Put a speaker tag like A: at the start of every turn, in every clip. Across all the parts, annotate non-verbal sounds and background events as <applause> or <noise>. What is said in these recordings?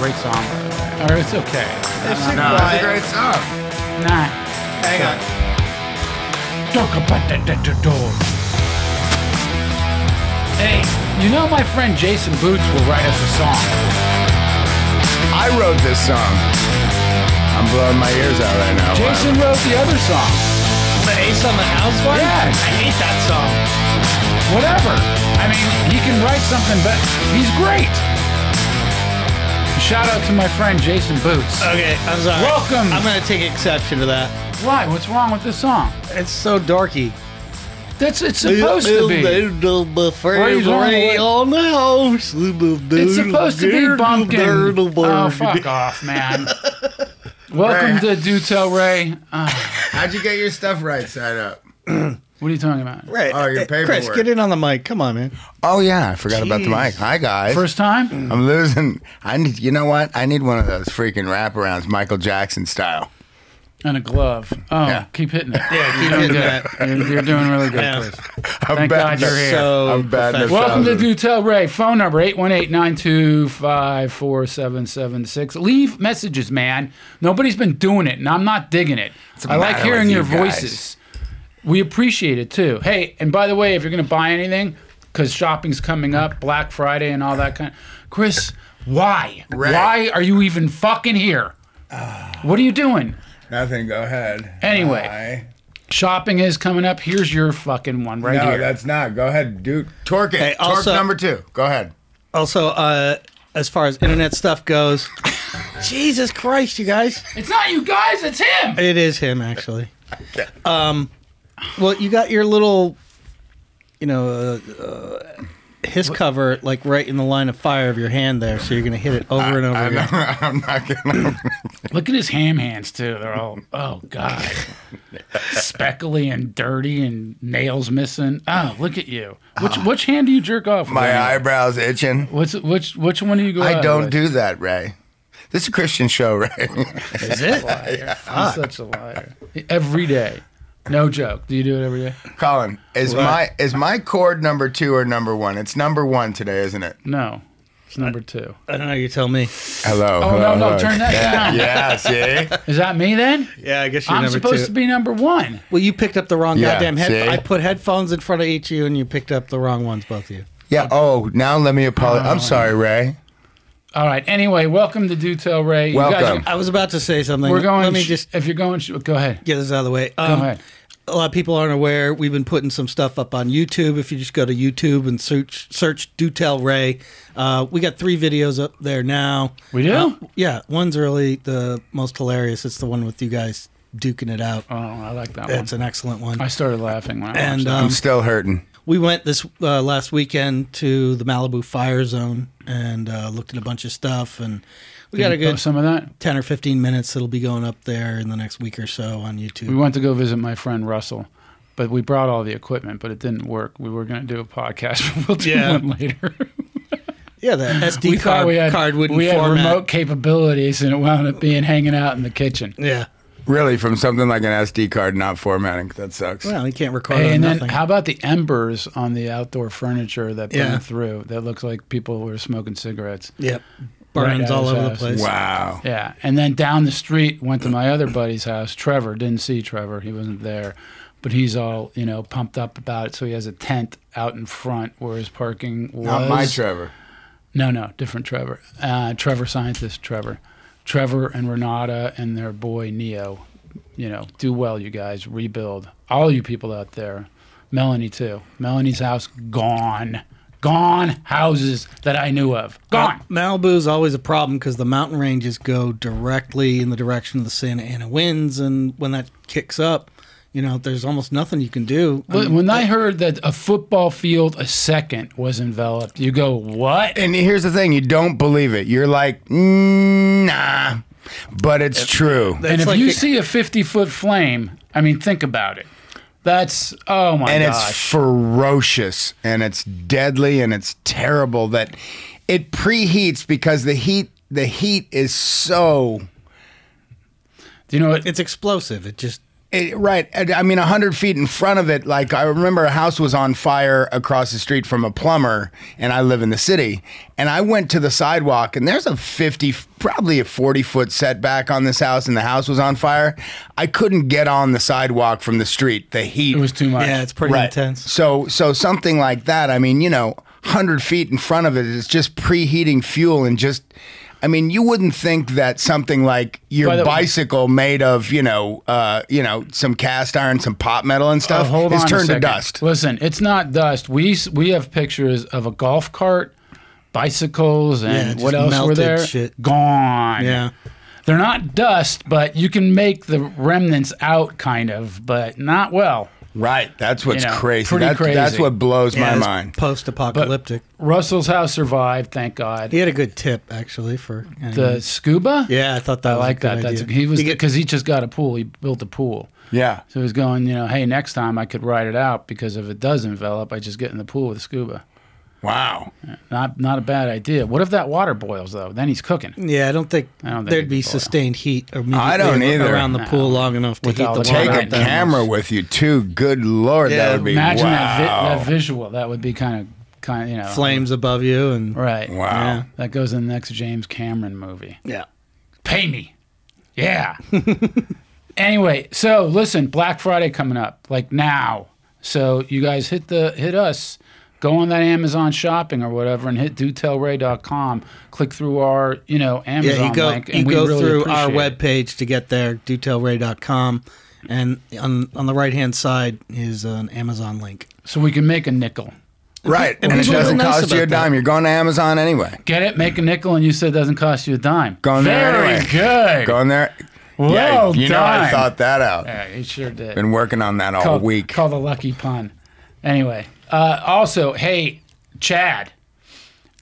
A: Great song. Or it's okay.
B: It's a
C: No, that's a
B: quiet-
C: great song.
A: Not.
B: Hang on.
A: Talk about that that that door. Hey, you know my friend Jason Boots will write us a song.
C: I wrote this song. I'm blowing my ears out right now.
A: Jason wrote the other song.
B: The Ace on the House one?
A: Yes.
B: I hate that song.
A: Whatever. I mean, he can write something, but he's great. Shout out to my friend Jason Boots.
B: Okay, I'm sorry.
A: Welcome.
B: I'm going to take exception to that.
A: Why? What's wrong with this song?
B: It's so dorky.
A: That's it's supposed to be. you talking
B: on the
A: It's
B: house. It's
A: supposed to be Bumpkin. Oh, fuck off,
B: <laughs>
A: man. Welcome to Do Tell Ray. Uh,
C: How'd you get your stuff right side up?
A: what are you talking about?
B: Right.
C: Oh, your
B: Uh, Chris,
C: paperwork.
B: get in on the mic. Come on, man.
C: Oh yeah, I forgot about the
B: Jeez.
C: mic. Hi guys.
A: First time?
C: I'm losing. I need. You know what? I need one of those freaking wraparounds, Michael Jackson style.
A: And a glove. Oh,
C: Yeah.
A: keep hitting it.
B: Yeah, keep
A: You're doing
B: hitting
A: good. You're, you're doing really good,
B: Yeah.
A: Chris.
C: I'm
A: Thank
C: batting
A: God you're
C: a-
A: here.
B: So
C: I'm batting a
B: professional.
A: Welcome to
C: thousand.
A: Do Tell Ray. Phone number 818-925-4776. Leave messages, man. Nobody's been doing it, and I'm not digging it. I like
C: matter with
A: hearing
C: you
A: your
C: guys?
A: voices. We appreciate it too. Hey, and by the way, if you're going to buy anything, because shopping's coming up, Black Friday and all that kind. Chris, why?
C: Ray.
A: Why are you even fucking here? what are you doing?
D: Nothing. Go ahead.
A: Anyway.
D: Hi.
A: Shopping is coming up. Here's your fucking one right
D: no,
A: here.
D: that's not. Go ahead, dude.
C: Torque it.
B: Hey,
C: Torque
B: also-
C: number two. Go ahead.
B: Also, uh, as far as internet stuff goes, <laughs> Jesus Christ, you guys.
A: It's not you guys, it's him.
B: It is him, actually. Um, well, you got your little, you know, uh, uh, his cover like right in the line of fire of your hand there, so you're gonna hit it over and over
C: I'm
B: again.
C: not, <laughs> I'm not gonna.
A: Look at his ham hands too. They're all oh god, speckly and dirty and nails missing. Oh, look at you. Which
B: Ah.
A: which hand do you jerk off? with
C: My
A: anyway?
C: eyebrows itching.
A: What's which which one do you go?
C: I
A: out
C: don't
A: with?
C: do that, Ray. This is a Christian show, Ray.
B: <laughs>
C: <laughs>
B: Is it?
A: I'm Ah, such a liar. Every day, no joke. Do you do it every day?
C: Colin, is my
B: Right.
C: is my chord number two or number one? It's number one today, isn't it?
A: No, it's number two.
B: I don't know. You tell me.
C: Hello.
A: Oh
C: hello,
A: no no,
C: hello.
A: turn
C: <laughs>
A: that down.
C: Yeah, see?
A: Is that me then?
B: Yeah, I guess you're
A: I'm
B: number
A: supposed
B: two.
A: to be number one.
B: well, you picked up the wrong
C: Yeah,
B: goddamn head.
C: see?
B: I put headphones in front of each of you, and you picked up the wrong ones, both of you.
C: Yeah. Oh, now let me apologize.
A: Oh.
C: I'm sorry, Ray.
A: All right. Anyway, welcome to Do Tell Ray. You
C: Welcome.
B: I was about to say something.
A: we're going.
B: Let me just
A: If you're going, sh- go ahead.
B: get this out of the way.
A: Go
B: Um,
A: ahead.
B: a lot of people aren't aware we've been putting some stuff up on youtube if you just go to youtube and search search do tell ray uh, we got three videos up there now
A: We do?
B: Uh, yeah one's really the most hilarious it's the one with you guys duking it out
A: Oh, I like that
B: that's
A: one.
B: an excellent one
A: I started laughing when I watched
B: and
A: that.
B: um,
C: I'm still hurting.
B: we went this uh, last weekend to the malibu fire zone and uh, looked at a bunch of stuff and we
A: Did
B: got
A: you
B: a good
A: post some of that.
B: 10 or 15 minutes that'll be going up there in the next week or so on youtube
A: We went to go visit my friend Russell, but we brought all the equipment, but it didn't work. We were going to do a podcast, <laughs> but we'll do
B: Yeah.
A: one later.
B: yeah the sd
A: we
B: card,
A: thought we had
B: card wouldn't
A: we had
B: format
A: remote capabilities, and it wound up being hanging out in the kitchen.
B: yeah
C: Really, from something like an SD card not formatting. That sucks.
B: Well, you can't record
A: Hey,
B: on
A: and then
B: nothing.
A: how about the embers on the outdoor furniture that burned
B: Yeah.
A: through? That looked like people were smoking cigarettes.
B: yep.
A: Right uh, out
B: Burns all
A: his
B: over the
A: ass.
B: place.
C: wow.
A: Yeah, and then down the street went to my other buddy's house. Trevor didn't see Trevor; he wasn't there, but he's all you know pumped up about it. So he has a tent out in front where his parking was.
C: Not my Trevor.
A: No, no, different Trevor. Uh, Trevor scientist Trevor. Trevor and Renata and their boy Neo. You know, do well, you guys. Rebuild. All you people out there. Melanie too. Melanie's house gone. Gone houses that I knew of. Gone.
B: Mal- Malibu is always a problem because the mountain ranges go directly in the direction of the Santa Ana winds, and when that kicks up, you know, there's almost nothing you can do. I
A: But
B: mean,
A: when I heard that a football field a second was enveloped, you go, what?
C: And here's the thing: you don't believe it. You're like, "Mm, nah, but it's true.
A: and
B: it's
A: if
B: like
A: you
B: it-
A: see a 50 foot flame, I mean, think about it. That's, oh my
C: and
A: gosh.
C: it's ferocious and it's deadly and it's terrible that it preheats because the heat the heat is so
A: Do you know what?
B: it's explosive. It just
C: It, right. And, I mean, 100 feet in front of it, like I remember a house was on fire across the street from a plumber, and I live in the city. And I went to the sidewalk, and there's a 50, probably a 40 foot setback on this house, and the house was on fire. I couldn't get on the sidewalk from the street. The heat
A: It was too much.
B: Yeah, it's pretty
C: Right.
B: intense.
C: So so something like that. I mean, you know, hundred feet in front of it is just preheating fuel and just. I mean, you wouldn't think that something like
A: By
C: your
A: the-
C: bicycle made of you know uh, you know some cast iron, some pot metal and
A: Oh,
C: stuff
A: hold
C: is
A: on a
C: turned to
A: second.
C: dust.
A: Listen, it's not dust. We s- we have pictures of a golf cart, bicycles, and
B: Yeah,
A: what
B: just
A: else were
B: melted
A: there?
B: shit.
A: Gone.
B: Yeah.
A: They're not dust, but you can make the remnants out, kind of, but not well.
C: Right. That's what's
A: You know,
C: crazy.
A: pretty
C: That- That's
A: crazy.
C: what blows
B: Yeah,
C: my
B: it's
C: mind.
B: Post-apocalyptic.
A: Russell's house survived, thank God.
B: he had a good tip actually for
A: The scuba.
B: Mm-hmm. Yeah, I thought that
A: I
B: was
A: like
B: a good
A: that. That's a,
B: idea.
A: he was
B: You get-
A: because he just got a pool. He built a pool.
C: Yeah.
A: So he's going, you know, hey, next time I could ride it out because if it does envelop, I just get in the pool with scuba.
C: Wow.
A: Not not a bad idea. What if that water boils though? Then he's cooking.
B: Yeah, I don't think,
A: I don't think
B: there'd
A: it'd
B: be
A: be boil.
B: sustained heat immediately
C: I don't either.
B: around the pool long enough to
A: With
B: heat
A: all
B: the
A: the
B: water
C: Take a
A: Alright.
B: up that
C: camera
B: much.
C: with you too. Good lord,
B: Yeah,
C: that would be
A: Imagine that, vi-
C: wow.
A: that visual. That would be kind of kind of you know
B: flames above you and
A: Right.
C: wow.
B: Yeah.
A: That goes in the next James Cameron movie.
B: yeah.
A: Pay me. Yeah. <laughs> anyway, so listen, Black Friday coming up like now. So you guys hit the hit us. Go on that Amazon shopping or whatever and hit dotellray.com. Click through our, you know, Amazon
B: Yeah, you go
A: link. And
B: you
A: we
B: go
A: really
B: through
A: appreciate
B: our
A: it.
B: webpage to get there, detailray.com and on on the right hand side is an Amazon link.
A: So we can make a nickel.
C: Right. And, it
B: people are
C: doesn't
B: nice
C: cost you
B: about
C: a dime.
B: that.
C: You're going to Amazon anyway.
A: Get it? Make a nickel and you said it doesn't cost you a dime.
C: Going there
A: Very
C: anyway.
A: good.
C: Going there.
A: Well
C: you know I
A: done.
C: thought that out.
A: yeah, it sure did.
C: Been working on that all
A: call,
C: week.
A: Call the lucky pun. Anyway, uh, also, hey, Chad,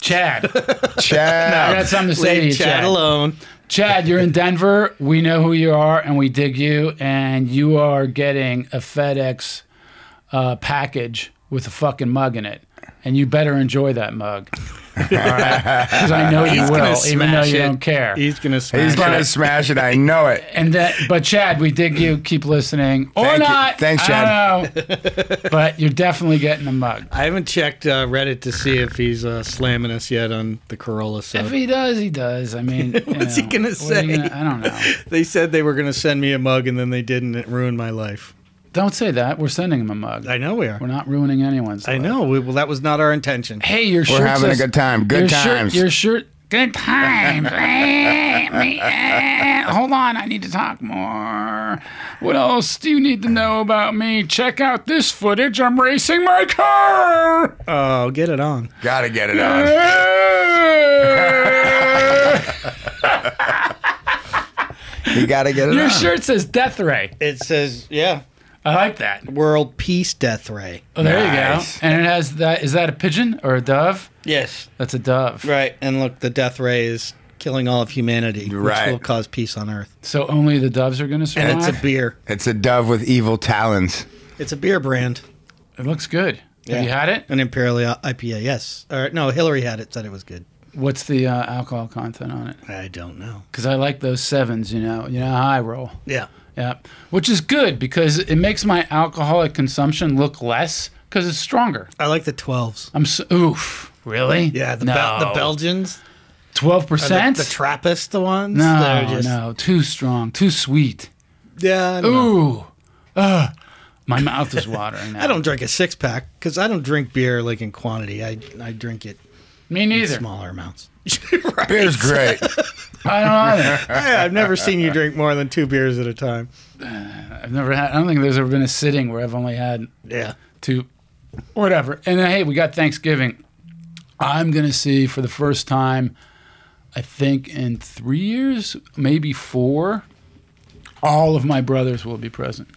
A: Chad, <laughs> I got
C: Chad.
A: something to say to you,
B: Leave
A: Chad.
B: chat alone.
A: Chad, you're in Denver. We know who you are, and we dig you. And you are getting a FedEx uh, package with a fucking mug in it, and you better enjoy that
B: <laughs>
A: mug. Because I know you
B: He's gonna
A: will, even though
B: smash
A: you
B: it.
A: don't care.
B: He's gonna
C: He's
B: smash
C: going to
B: it.
C: smash it. I know it.
A: And that, but Chad, we dig you. Keep listening or
C: Thank you.
A: not.
C: Thanks,
A: I
B: <laughs>
A: don't know. but you're definitely getting a mug.
B: I haven't checked uh, Reddit to see if he's uh, slamming us yet on the Corolla
A: If
B: stuff.
A: he does, he does. I
B: <laughs>
A: mean, you
B: What's he
A: know,
B: gonna
A: what are you
B: say?
A: I don't know.
B: <laughs> They said they were gonna send me a mug and then they didn't. It ruined my life.
A: Don't say that. We're sending him a mug.
B: I know we are.
A: We're not ruining anyone's.
B: I
A: life.
B: know. We, well, that was not our intention.
A: Hey, your shirt.
C: We're having a good time. Good
A: your
C: times.
A: Shirt, your shirt. Good times. <laughs> Eh, me, eh. Hold on, I need to talk more. What else do you need to know about me? Check out this footage. I'm racing my
C: <laughs>
A: car.
B: Oh, get it on.
C: Got to get it on.
A: <laughs>
C: You got to get it
A: your
C: on.
A: shirt says Death Ray.
B: It says, yeah,
A: I like that.
B: World Peace Death Ray.
A: Oh, there
C: Nice.
A: you go. And it has that. Is that a pigeon or a dove?
B: Yes.
A: That's a dove.
B: Right. And look, the Death Ray is killing all of humanity,
C: Right.
B: which will cause peace on Earth.
A: So only the doves are going to survive.
B: And it's a beer.
C: It's a dove with evil talons.
B: It's a beer brand.
A: it looks good.
B: Yeah.
A: Have you had it?
B: An Imperial IPA, yes. Or no, Hillary had it, said it was good.
A: What's the uh, alcohol content on it?
B: I don't know.
A: Because I like those sevens. You know, you know how I roll.
B: Yeah.
A: Yeah, which is good because it makes my alcoholic consumption look less because it's stronger.
B: I like the 12s.
A: I'm so, oof. Really?
B: Yeah, the,
A: no.
B: Bel- the Belgians.
A: Twelve
B: Or the,
A: percent.
B: the Trappist ones.
A: No,
B: They're just,
A: no, too strong, too sweet.
B: Yeah. I don't know.
A: Ooh, Ugh. my mouth is watering. Now.
B: <laughs> I don't drink a six pack because I don't drink beer like in quantity. I, I drink it
A: Me neither.
B: smaller amounts. <laughs>
C: Beer's great.
A: I don't either.
B: I, I've never seen you drink more than two beers at a time.
A: I've never had. I don't think there's ever been a sitting where I've only had
B: Yeah.
A: two, whatever. And then, hey, we got Thanksgiving. I'm gonna see for the first time, I think in three years, maybe four, all of my brothers will be present.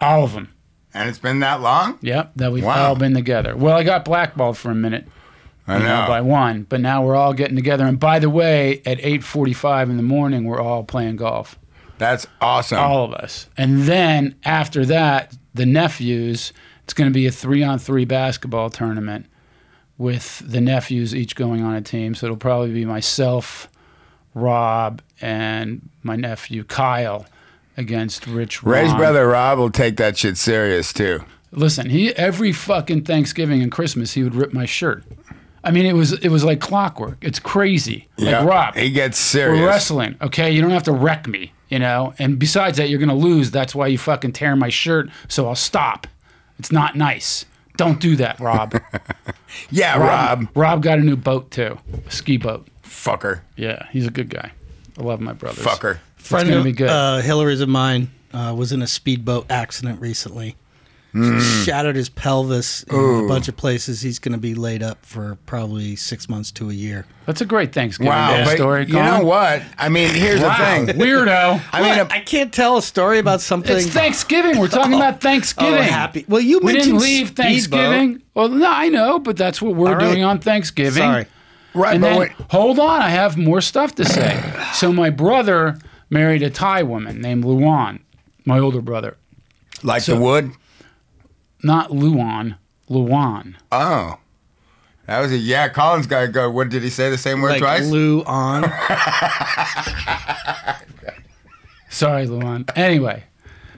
A: All of them.
C: and it's been that long?
A: Yep, that we've
C: Wow.
A: all been together. Well, I got blackballed for a minute.
C: I
A: you know, by
C: know.
A: one, but now we're all getting together. And by the way, at 8:45 in the morning, we're all playing golf
C: That's awesome.
A: all of us. And then after that, the nephews, it's going to be a three on three basketball tournament with the nephews each going on a team. So it'll probably be myself, Rob, and my nephew Kyle. against Rich Ron.
C: Ray's brother Rob will take that shit serious too.
A: Listen, he every fucking Thanksgiving and Christmas he would rip my shirt. I mean, it was it was like clockwork. It's crazy.
C: Yeah,
A: Like Rob,
C: he gets serious.
A: we're wrestling. Okay, you don't have to wreck me. You know. And besides that, you're gonna lose. That's why you fucking tear my shirt. So I'll stop. It's not nice. Don't do that,
C: <laughs>
A: Rob.
C: Yeah, Rob,
A: Rob got a new boat too, a ski boat.
C: fucker,
A: Yeah, he's a good guy. I love my brothers.
C: fucker.
A: It's gonna
B: of,
A: be good.
B: Uh, Hillary's of mine uh, was in a speedboat accident recently. She Shattered his pelvis in a bunch of places. He's going to be laid up for probably six months to a year.
A: That's a great Thanksgiving
C: Wow,
A: Day
C: but
A: story.
C: you
A: Colin.
C: know what? I mean, here's the
A: <laughs>
C: thing.
A: Weirdo.
C: I mean, uh, a-
B: I can't tell a story about something.
A: It's Thanksgiving. We're talking about Thanksgiving.
B: Oh, happy- well, you
A: we didn't
B: mentioned
A: leave
B: speedboat.
A: Thanksgiving. Well, no, I know, but that's what we're
B: All right.
A: doing on Thanksgiving.
B: Sorry.
C: right?
A: And
C: but
A: then,
C: wait-
A: hold on, I have more stuff to say. so my brother married a Thai woman named Luan, my older brother.
C: like the wood.
A: Not Luan, Luan.
C: Oh, that was a yeah. Colin's got to go. What did he say? The same word
B: Like
C: twice.
B: Lou on.
A: Sorry, Luan. anyway,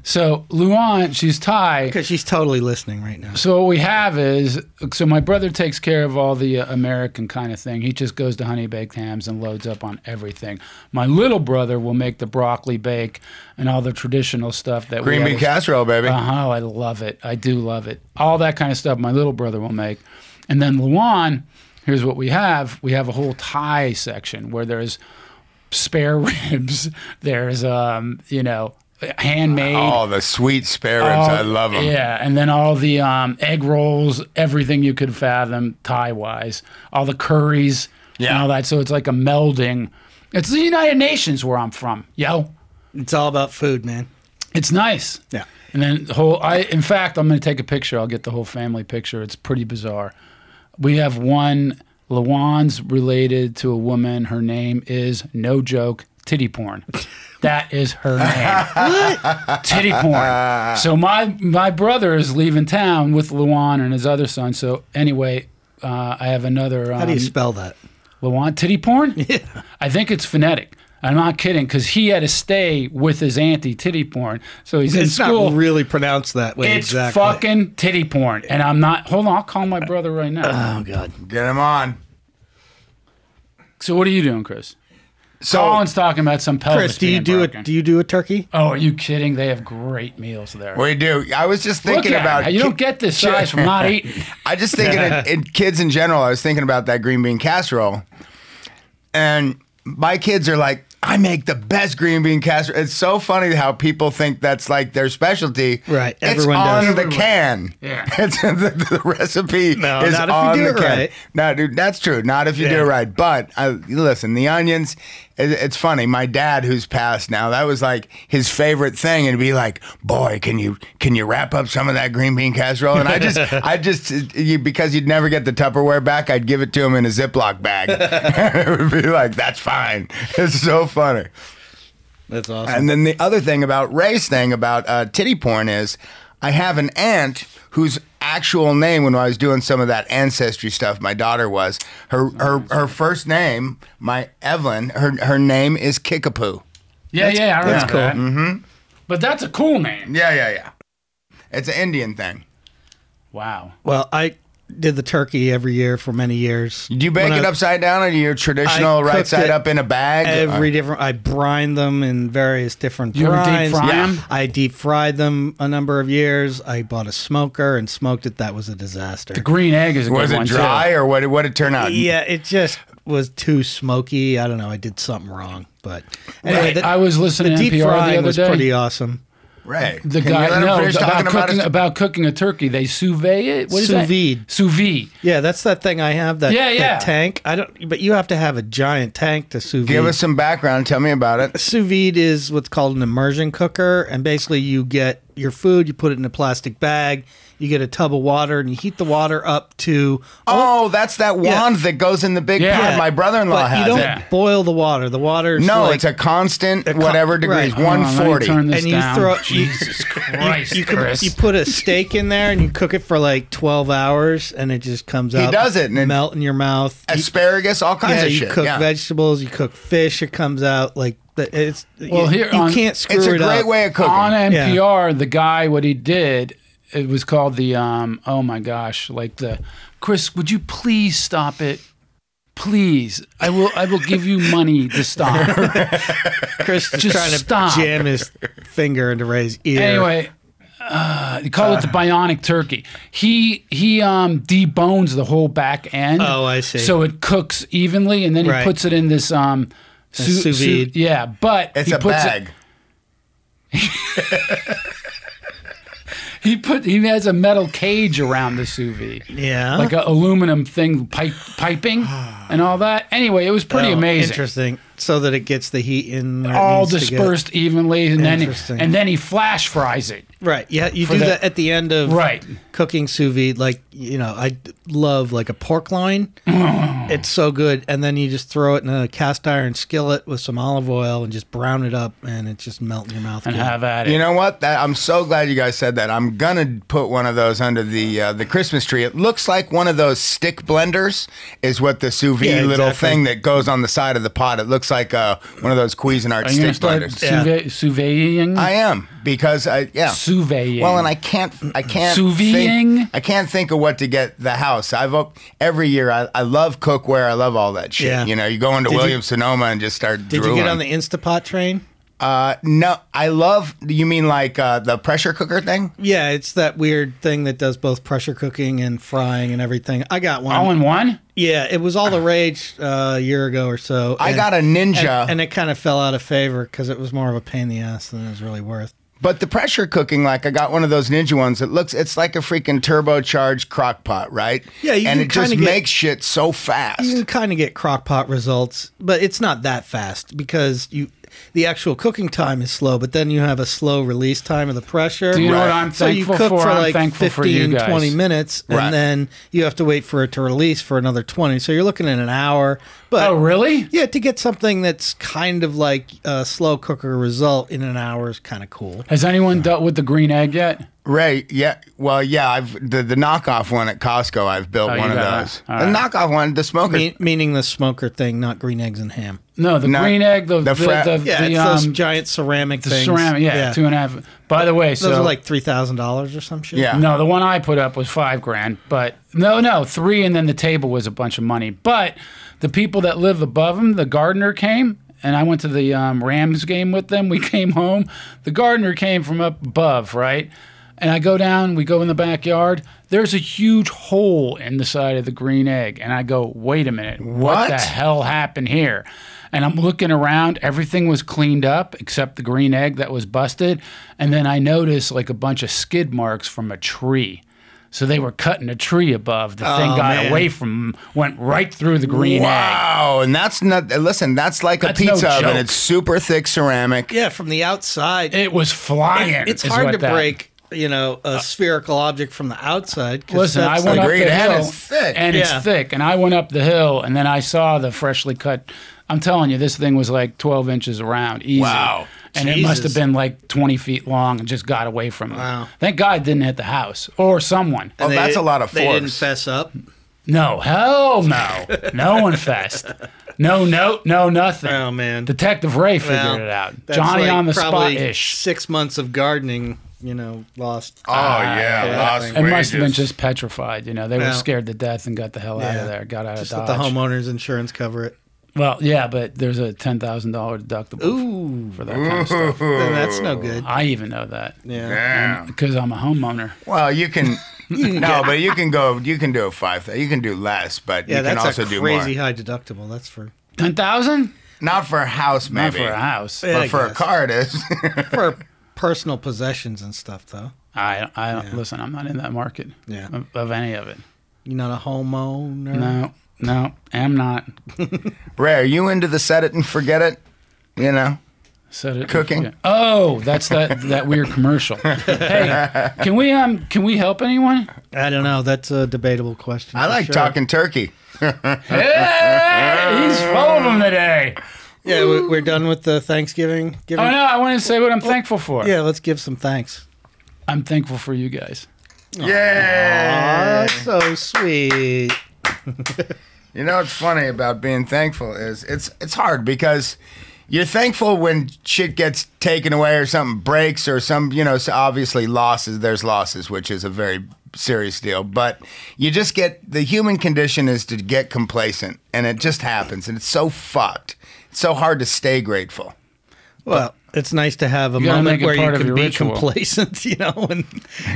A: so Luan, she's Thai.
B: Because she's totally listening right now.
A: So what we have is so my brother takes care of all the uh, American kind of thing. He just goes to honey baked hams and loads up on everything. My little brother will make the broccoli bake and all the traditional stuff that
C: Green
A: we
C: bean casserole, baby.
A: Uh huh. I love it. I do love it. All that kind of stuff. My little brother will make, and then Luan. Here's what we have. We have a whole Thai section where there's spare <laughs> ribs. There's um you know handmade.
C: Oh, the sweet spare ribs.
A: All-
B: Oh,
C: I love them.
A: Yeah, and then all the um, egg rolls, everything you could fathom, Thai wise, all the curries, and
C: Yeah.
A: all that. So it's like a melding. It's the United Nations where I'm from, yo.
B: It's all about food, man.
A: It's nice.
B: Yeah.
A: And then the whole I in fact I'm gonna take a picture. I'll get the whole family picture. It's pretty bizarre. We have one Lawan's related to a woman. Her name is no joke, titty
B: <laughs>
A: porn. That is her name. titty porn. So my my brother is leaving town with Luan and his other son. So anyway, uh, I have another um,
B: How do you spell <laughs> that?
A: Lawan titty
B: <laughs>
A: porn? Yeah. I think it's phonetic. I'm not kidding because he had to stay with his auntie titty porn. So he's in
B: It's
A: school.
B: not really pronounced that way.
A: it's
B: exactly.
A: fucking titty porn. And I'm not, hold on, I'll call my brother right now.
B: Oh God.
C: Get them on.
A: so what are you doing, Chris?
C: So
A: Colin's talking about some pelvis.
B: Chris, do you
A: being
B: do a
A: broken.
B: do you do a turkey?
A: Oh, are you kidding? They have great meals there.
C: we do. I was just thinking
A: Look at
C: about
A: it. You don't get this size from not
B: <laughs>
A: eating.
C: I just thinking in, in kids in general. I was thinking about that green bean casserole, and my kids are like, "I make the best green bean casserole." It's so funny how people think that's like their specialty.
B: Right,
C: It's
B: everyone
C: on
B: does.
C: the can.
A: Yeah.
C: <laughs> It's the, the recipe
B: No,
C: is
B: not if you
C: on
B: do
C: the
B: it
C: can.
B: right.
C: No, dude, that's true. Not if you do
B: Yeah.
C: it right. But I, listen, the onions. It, it's funny. My dad, who's passed now, that was like his favorite thing, and be like, "Boy, can you can you wrap up some of that green bean casserole?" And I just, I just, you, because you'd never get the Tupperware back, I'd give it to him in a Ziploc bag. <laughs> it would be like, "That's fine." <laughs> It's so funny.
B: That's awesome.
C: And then the other thing about Ray's thing about uh, titty porn is, I have an aunt whose actual name, when I was doing some of that ancestry stuff, my daughter was her her her first name, my Evelyn. Her her name is Kickapoo.
A: Yeah, yeah, I remember
B: that's cool.
A: that. Mm-hmm. But that's a cool name.
C: Yeah, yeah, yeah. It's an Indian thing.
A: Wow.
B: well, I did the turkey every year for many years.
C: Do you bake
B: When
C: it
B: I-
C: upside down or do you traditional
B: I
C: right
B: cooked
C: side
B: it
C: up in a bag?
B: Every different, I brine them in various different
A: You ever deep
B: brines.
A: fry 'em?
B: I deep fried them a number of years. I bought a smoker and smoked it. That was a disaster.
A: The green egg is a
C: was
A: good
C: it
A: one, too.
C: dry or what? What it turn out?
B: Yeah, it just was too smoky. I don't know. I did something wrong, but anyway,
A: Right.
B: the-
A: I was listening
B: the
A: to
B: deep
A: NPR the
B: frying
A: other
B: was
A: day.
B: pretty awesome.
C: Right.
A: The
C: Can you
A: guy
C: let him
A: no
C: finish
A: about
C: talking about
A: cooking
C: his-
A: about cooking a turkey. They sous vide it. What is
B: Sous
A: that?
B: vide.
A: Sous vide.
B: Yeah, that's that thing I have. That,
A: Yeah,
B: that
A: yeah.
B: tank. I don't, but you have to have a giant tank to sous vide.
C: Give us some background. Tell me about it.
B: sous vide is what's called an immersion cooker, and basically you get your food, you put it in a plastic bag, you get a tub of water, and you heat the water up to.
C: Oh, that's that
B: Yeah.
C: wand that goes in the big
A: Yeah.
C: pot. My brother-in-law
B: but
C: has
B: you don't
C: it.
A: Yeah.
B: boil the water. The water.
C: No,
B: like,
C: it's a constant
B: con-
C: whatever
B: right.
C: degrees,
A: Hold on, let me
C: 140.
A: turn this
B: and you
A: down.
B: throw <laughs> you,
A: Jesus Christ,
B: you, could-
A: Chris.
B: you put a steak in there and you cook it for like twelve hours, and it just comes out.
C: does it, and it-
B: melt in your mouth. You-
C: Asparagus, all kinds
B: yeah,
C: of
B: you
C: shit.
B: cook
C: yeah.
B: vegetables, you cook fish. It comes out like That it's
A: Well,
B: you,
A: here
B: you
A: on-
B: can't screw
C: It's a
B: it
C: great
B: up.
C: way of cooking.
A: on
B: Yeah.
A: NPR, the guy, what he did, it was called the um, oh my gosh, like the Chris, would you please stop it? Please, I will. I will give you money to
B: <laughs>
A: stop.
B: Chris just
A: Just
B: trying to
A: stop.
B: jam his finger into Ray's ear.
A: anyway, uh, they call it the Bionic Turkey. He he um, debones the whole back end.
B: Oh, I see.
A: So it cooks evenly, and then he
B: Right.
A: puts it in this um, su-
B: sous
A: su-
B: vide.
A: yeah, but
C: It's
A: he
C: a
A: puts it-
C: bag.
A: He put he has a metal cage around the sous vide.
B: Yeah.
A: Like an aluminum thing pipe
B: <sighs>
A: piping and all that. Anyway, it was pretty
B: Oh,
A: amazing.
B: Interesting. So that it gets the heat in where it
A: All
B: needs to get.
A: dispersed evenly and then
B: Interesting.
A: and then he flash fries it.
B: Right. Yeah. You
A: For
B: do
A: the-
B: that at the end of
A: Right.
B: cooking sous vide. Like you know, I d- love like a
A: <sighs>
B: pork loin. it's so good. And then you just throw it in a cast iron skillet with some olive oil and just brown it up, and it just melt in your mouth.
A: And
B: good.
A: have at it.
C: You know what? That, I'm so glad you guys said that. I'm gonna put one of those under the uh, the Christmas tree. It looks like one of those stick blenders is what the sous vide
B: Yeah,
C: little
B: exactly.
C: thing that goes on the side of the pot. It looks like uh, one of those Cuisinart
A: Are you gonna
C: stick
A: start
C: blenders.
A: sous vide- sous viding?
C: I am because I yeah.
A: Sous vide.
C: Well, and I can't, I can't,
A: Sous
C: think,
A: videing?
C: I can't think of what to get the house. I've op- every year, I, I love cookware. I love all that shit.
B: Yeah.
C: You know, you go into
B: Did you-
C: Williams Sonoma and just start.
B: Did you get
C: drooling.
B: on the Instapot train?
C: Uh, no, I love. You mean like uh, the pressure cooker thing?
B: Yeah, it's that weird thing that does both pressure cooking and frying and everything. I got one.
A: all in one?
B: yeah, it
A: <sighs>
B: was all the rage uh, a year ago or so.
C: I
B: and-
C: got a Ninja,
B: and, and it kind of fell out of favor because it was more of a pain in the ass than it was really worth.
C: but the pressure cooking, like I got one of those Ninja ones. It looks, it's like a freaking turbocharged crock pot, right?
B: Yeah, you
C: and
B: can
C: it just
B: kinda get-
C: makes shit so fast.
B: You can kind of get crock pot results, but it's not that fast because you the actual cooking time is slow, but then you have a slow release time of the pressure.
A: Do you know
C: Right.
A: what I'm
B: so you
A: thankful
B: cook
A: for?
B: for
A: I'm
B: like
A: thankful
B: 15,
A: for you guys.
B: 20 minutes, and
C: Right.
B: then you have to wait for it to release for another 20. So you're looking at an hour. But
A: Oh really?
B: Yeah, to get something that's kind of like a slow cooker result in an hour is kind of cool.
A: Has anyone dealt with the green egg yet?
C: Ray, yeah, well, yeah, I've the, the knockoff one at Costco. I've built
A: Oh,
C: one
A: you
C: of
A: got
C: those.
A: that. All
C: The
A: right.
C: knockoff one, the smoker.
B: Me- meaning the smoker thing, not green eggs and ham.
A: No, the
C: No,
A: green egg, the the,
C: the fra-
A: the,
B: Yeah,
A: the,
B: it's those
A: um,
B: giant ceramic
A: the
B: things.
A: ceramic, yeah, two and a half. By the way,
B: Those
A: so
B: are like three thousand dollars or some shit.
C: Yeah.
A: No, the one I put up was five grand, but no, no, three, and then the table was a bunch of money. But the people that live above them, the gardener came, and I went to the um, Rams game with them. We <laughs> came home. The gardener came from up above, right? And I go down, we go in the backyard. There's a huge hole in the side of the green egg. And I go, wait a minute, what, the
C: What?
A: hell happened here? And I'm looking around, everything was cleaned up except the green egg that was busted. And then I noticed like a bunch of skid marks from a tree. So they were cutting a tree above. The thing
B: Oh,
A: got
B: man.
A: away from, went right through the green egg.
C: wow, and that's not. Listen, that's like
A: That's
C: a
A: no
C: pizza oven.
A: joke.
C: It's super thick ceramic.
B: Yeah, from the outside,
A: It was flying.
B: it's
A: is
B: hard
A: what
B: to
A: that- Uh,
B: break. You know, a spherical object from the outside. 'cause
A: Listen, I
B: that's
A: went
B: like-
A: up
C: Agreed,
A: the
C: and
A: hill,
C: it's thick.
A: and
B: Yeah.
A: it's thick. And I went up the hill, and then I saw the freshly cut. I'm telling you, this thing was like 12 inches around, easy.
C: Wow.
A: And it must
B: Jesus.
A: have been like 20 feet long, and just got away from me.
B: Wow. Oh.
A: Thank God it didn't hit the house or someone.
C: Well,
B: they-
C: Oh, that's a lot of
B: They didn't
C: force.
B: fess up.
A: No, hell no, no one fest. No note, no nothing.
B: Oh, man.
A: Detective Ray figured
B: Well,
A: it out.
B: that's
A: Johnny
B: like
A: on the spot
B: probably
A: ish.
B: Six months of gardening, you know, lost.
C: Oh yeah, lost
A: It must have been
C: wages.
A: just petrified. You know, they
B: Yeah.
A: were scared to death and got the hell out
B: Yeah.
A: of there. Got out
B: just
A: of
B: let
A: Uh, dodge.
B: the homeowner's insurance cover it.
A: Well, yeah, but there's a ten thousand dollar deductible
B: Ooh,
A: for that kind of
C: <laughs>
A: stuff.
B: then that's no good.
A: I even know that
B: Yeah.
C: Yeah.
A: because I'm a homeowner.
C: Well, you can. no, but you can go. You can do a five. thou- You can do less, but
B: Yeah,
C: you can
B: that's
C: also
B: a
C: do
B: crazy
C: more.
B: high deductible. That's for
A: Ten thousand?
C: Not for a house,
A: Not
C: maybe,
A: for a house.
B: Yeah.
C: but
B: I
C: for a
B: guess.
C: car, it is. <laughs>
B: for personal possessions and stuff, though.
A: I, I don't listen. I'm not in that market
B: Yeah.
A: of, of any of it.
B: You're not a homeowner.
A: No, no, am not.
C: Ray, are you into the set it and forget it? You know,
A: Said it.
C: Cooking?
A: Yeah. Oh, that's that that weird commercial. hey, can we um can we help anyone?
B: I don't know. That's a debatable question.
C: I
B: for
C: like
B: sure.
C: talking turkey.
A: Hey, he's full of them today.
B: Yeah, we're, we're done with the Thanksgiving giving.
A: Oh no, I want to say what I'm thankful for.
B: Yeah, let's give some thanks.
A: I'm thankful for you guys.
C: Yeah.
B: Aw, so sweet.
C: You know what's funny about being thankful is it's it's hard because You're thankful when shit gets taken away or something breaks or some, you know, so obviously losses, there's losses, which is a very serious deal. But you just get the human condition is to get complacent and it just happens. And it's so fucked. It's so hard to stay grateful.
B: Well, it's nice to have a
A: gotta
B: moment
A: make it
B: where
A: part
B: you
A: of
B: can
A: your
B: be
A: ritual.
B: complacent, <laughs> you know, when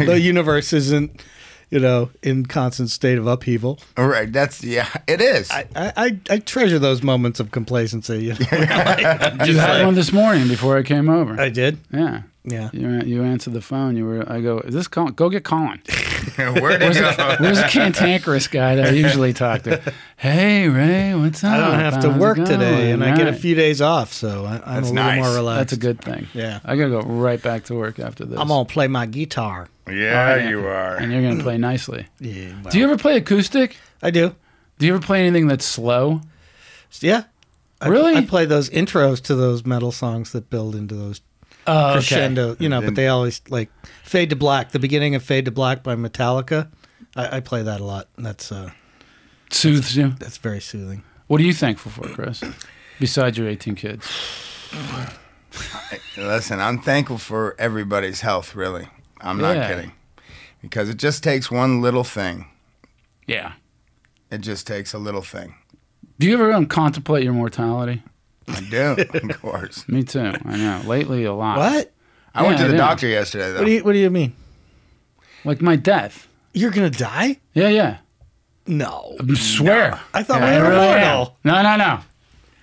B: the universe isn't, you know, in constant state of upheaval.
C: All right. That's, yeah, it is.
B: I, I, I treasure those moments of complacency. You know?
A: you had one this morning before I came over.
B: <laughs> I did.
A: yeah.
B: Yeah.
A: You, you answered the phone. You were. I go. Is this Colin? Go get Colin.
C: <laughs> Where did it go?
A: Where's the cantankerous guy that I usually talk to? Hey Ray, what's up?
B: I don't have to
A: How's it
B: work today,
A: going?"
B: and I get a
A: Right.
B: few days off, so I, I'm
C: That's
B: a little
C: nice.
B: more relaxed.
A: That's a good thing.
B: Yeah.
A: I gotta go right back to work after this.
B: I'm gonna play my guitar.
C: Oh,
D: Yeah,
A: yeah.
D: you are.
A: <clears throat> and you're gonna play nicely.
B: Yeah, well,
A: Do you ever play acoustic?
B: I do.
A: Do you ever play anything that's slow?
B: Yeah. I,
A: Really?
B: I play those intros to those metal songs that build into those
A: Oh,
B: Uh, crescendo, you know, but
C: Then-
B: they always like Fade to Black, the beginning of Fade to Black by Metallica. I, I play that a lot. and That's uh
A: Soothes you.
B: that's very soothing.
A: What are you thankful for, Chris? Besides your 18 kids,
C: Listen, I'm thankful for everybody's health, really. I'm
A: Yeah.
C: not kidding. Because it just takes one little thing.
A: yeah.
C: It just takes a little thing.
A: Do you ever um, contemplate your mortality?
C: I
B: <laughs>
C: do, of course.
A: Me too. I know. Lately, a lot.
B: What?
C: I went
A: Yeah,
C: to the
A: I do.
C: doctor yesterday,
B: What
C: though.
B: do you What do you mean?
A: Like my death.
B: You're gonna die?
A: Yeah, yeah.
B: No.
A: I swear.
B: I thought
A: I
B: we were
A: really am.
B: immortal.
A: No, no, no.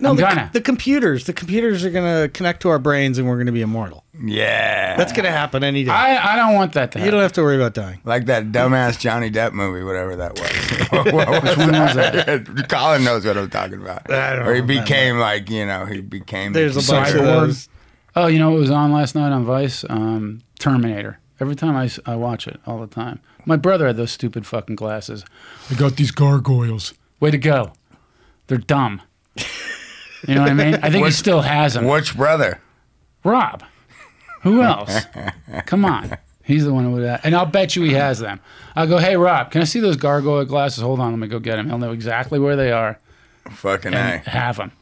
B: No,
A: I'm
B: the,
A: gonna.
B: the computers. The computers are gonna connect to our brains, and we're gonna be immortal.
C: yeah.
B: That's gonna happen any day.
A: I, I don't want that to
B: you
A: happen.
B: don't have to worry about dying.
C: like that dumbass Johnny Depp movie, whatever that
B: <laughs>
C: was. <laughs> What was
A: When was
C: <laughs>
A: that?
C: that? Colin knows what I'm talking about.
B: I don't
C: Or he
B: remember.
C: became like, you know, he became.
B: There's
C: <laughs>
B: a bunch of
A: Cyborg.
B: those.
A: Oh, you know what was on last night on Vice? Um, Terminator. Every time I, s- I watch it, all the time. My brother had those stupid fucking glasses. I got these gargoyles. Way to go. They're dumb. You know what I mean? I think he
C: What's-
A: still has them.
C: Which brother?
A: Rob. Who else? Come on. He's the one who would that. And I'll bet you he has them. I'll go, hey, Rob, can I see those gargoyle glasses? Hold on, let me go get them. He'll know exactly where they are
C: Fucking
A: and
C: A.
A: have them.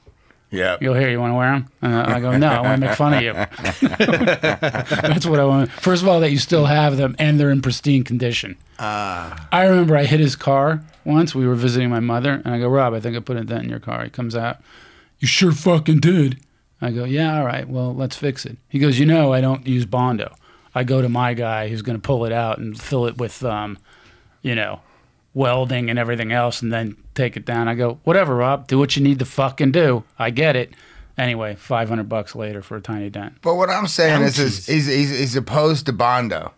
C: Yeah.
A: You'll hear, you want to wear them? And I go, no, I want to make fun of you. <laughs> That's what I want. First of all, that you still have them and they're in pristine condition. I remember I hit his car once. We were visiting my mother, and I go, Rob, I think I put a dent in your car. He comes out, you sure fucking did. I go, yeah, all right, well, let's fix it. He goes, you know, I don't use Bondo. I go to my guy who's going to pull it out and fill it with, um, you know, welding and everything else and then take it down. I go, whatever, Rob, do what you need to fucking do. I get it. Anyway, 500 bucks later for a tiny dent.
C: But what I'm saying is, is he's, he's, he's opposed to Bondo.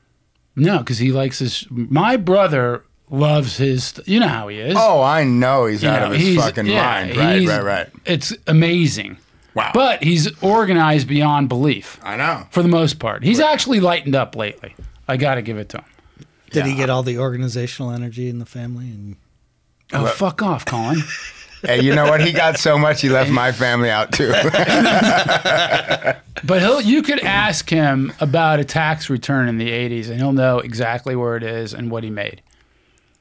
A: No, because he likes his. My brother loves his. You know how he is.
C: Oh, I know he's
A: You
C: out
A: know,
C: of his
A: he's-
C: fucking
A: yeah,
C: mind. Right,
A: he's-
C: right, right.
A: It's amazing.
C: Wow.
A: But he's organized beyond belief
C: I know.
A: for the most part. He's actually lightened up lately. I got to give it to him.
B: Did he get all the organizational energy in the family? And
A: Oh, fuck off, Colin.
C: Hey, you know what? He got so much he left my family out too. <laughs>
A: But he'll, you could ask him about a tax return in the 80s and he'll know exactly where it is and what he made.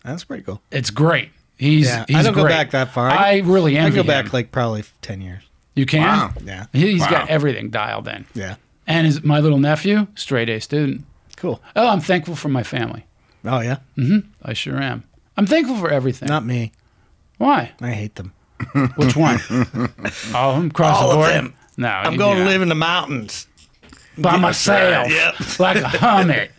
B: that's pretty cool.
A: It's great. He's,
B: Yeah,
A: he's
B: I don't go
A: great.
B: back that far.
A: I, really
B: I
A: envy
B: go back
A: him.
B: like probably ten years.
A: you can?
C: Wow.
B: Yeah.
A: He's got
C: Wow.
A: everything dialed in.
B: Yeah.
A: And his, my little nephew, straight A student.
B: Cool.
A: Oh, I'm thankful for my family.
B: Oh yeah.
A: I sure am. I'm thankful for everything.
B: Not me.
A: Why?
B: I hate them.
A: Which
B: <laughs>
A: one? All of them? Across
B: All
A: the
B: of
A: board?
B: them.
A: No.
B: I'm
A: you
B: going
A: do
B: to
A: not.
B: live in the mountains.
A: by myself
B: <laughs> Yep.
A: like a
B: <laughs>
A: hermit.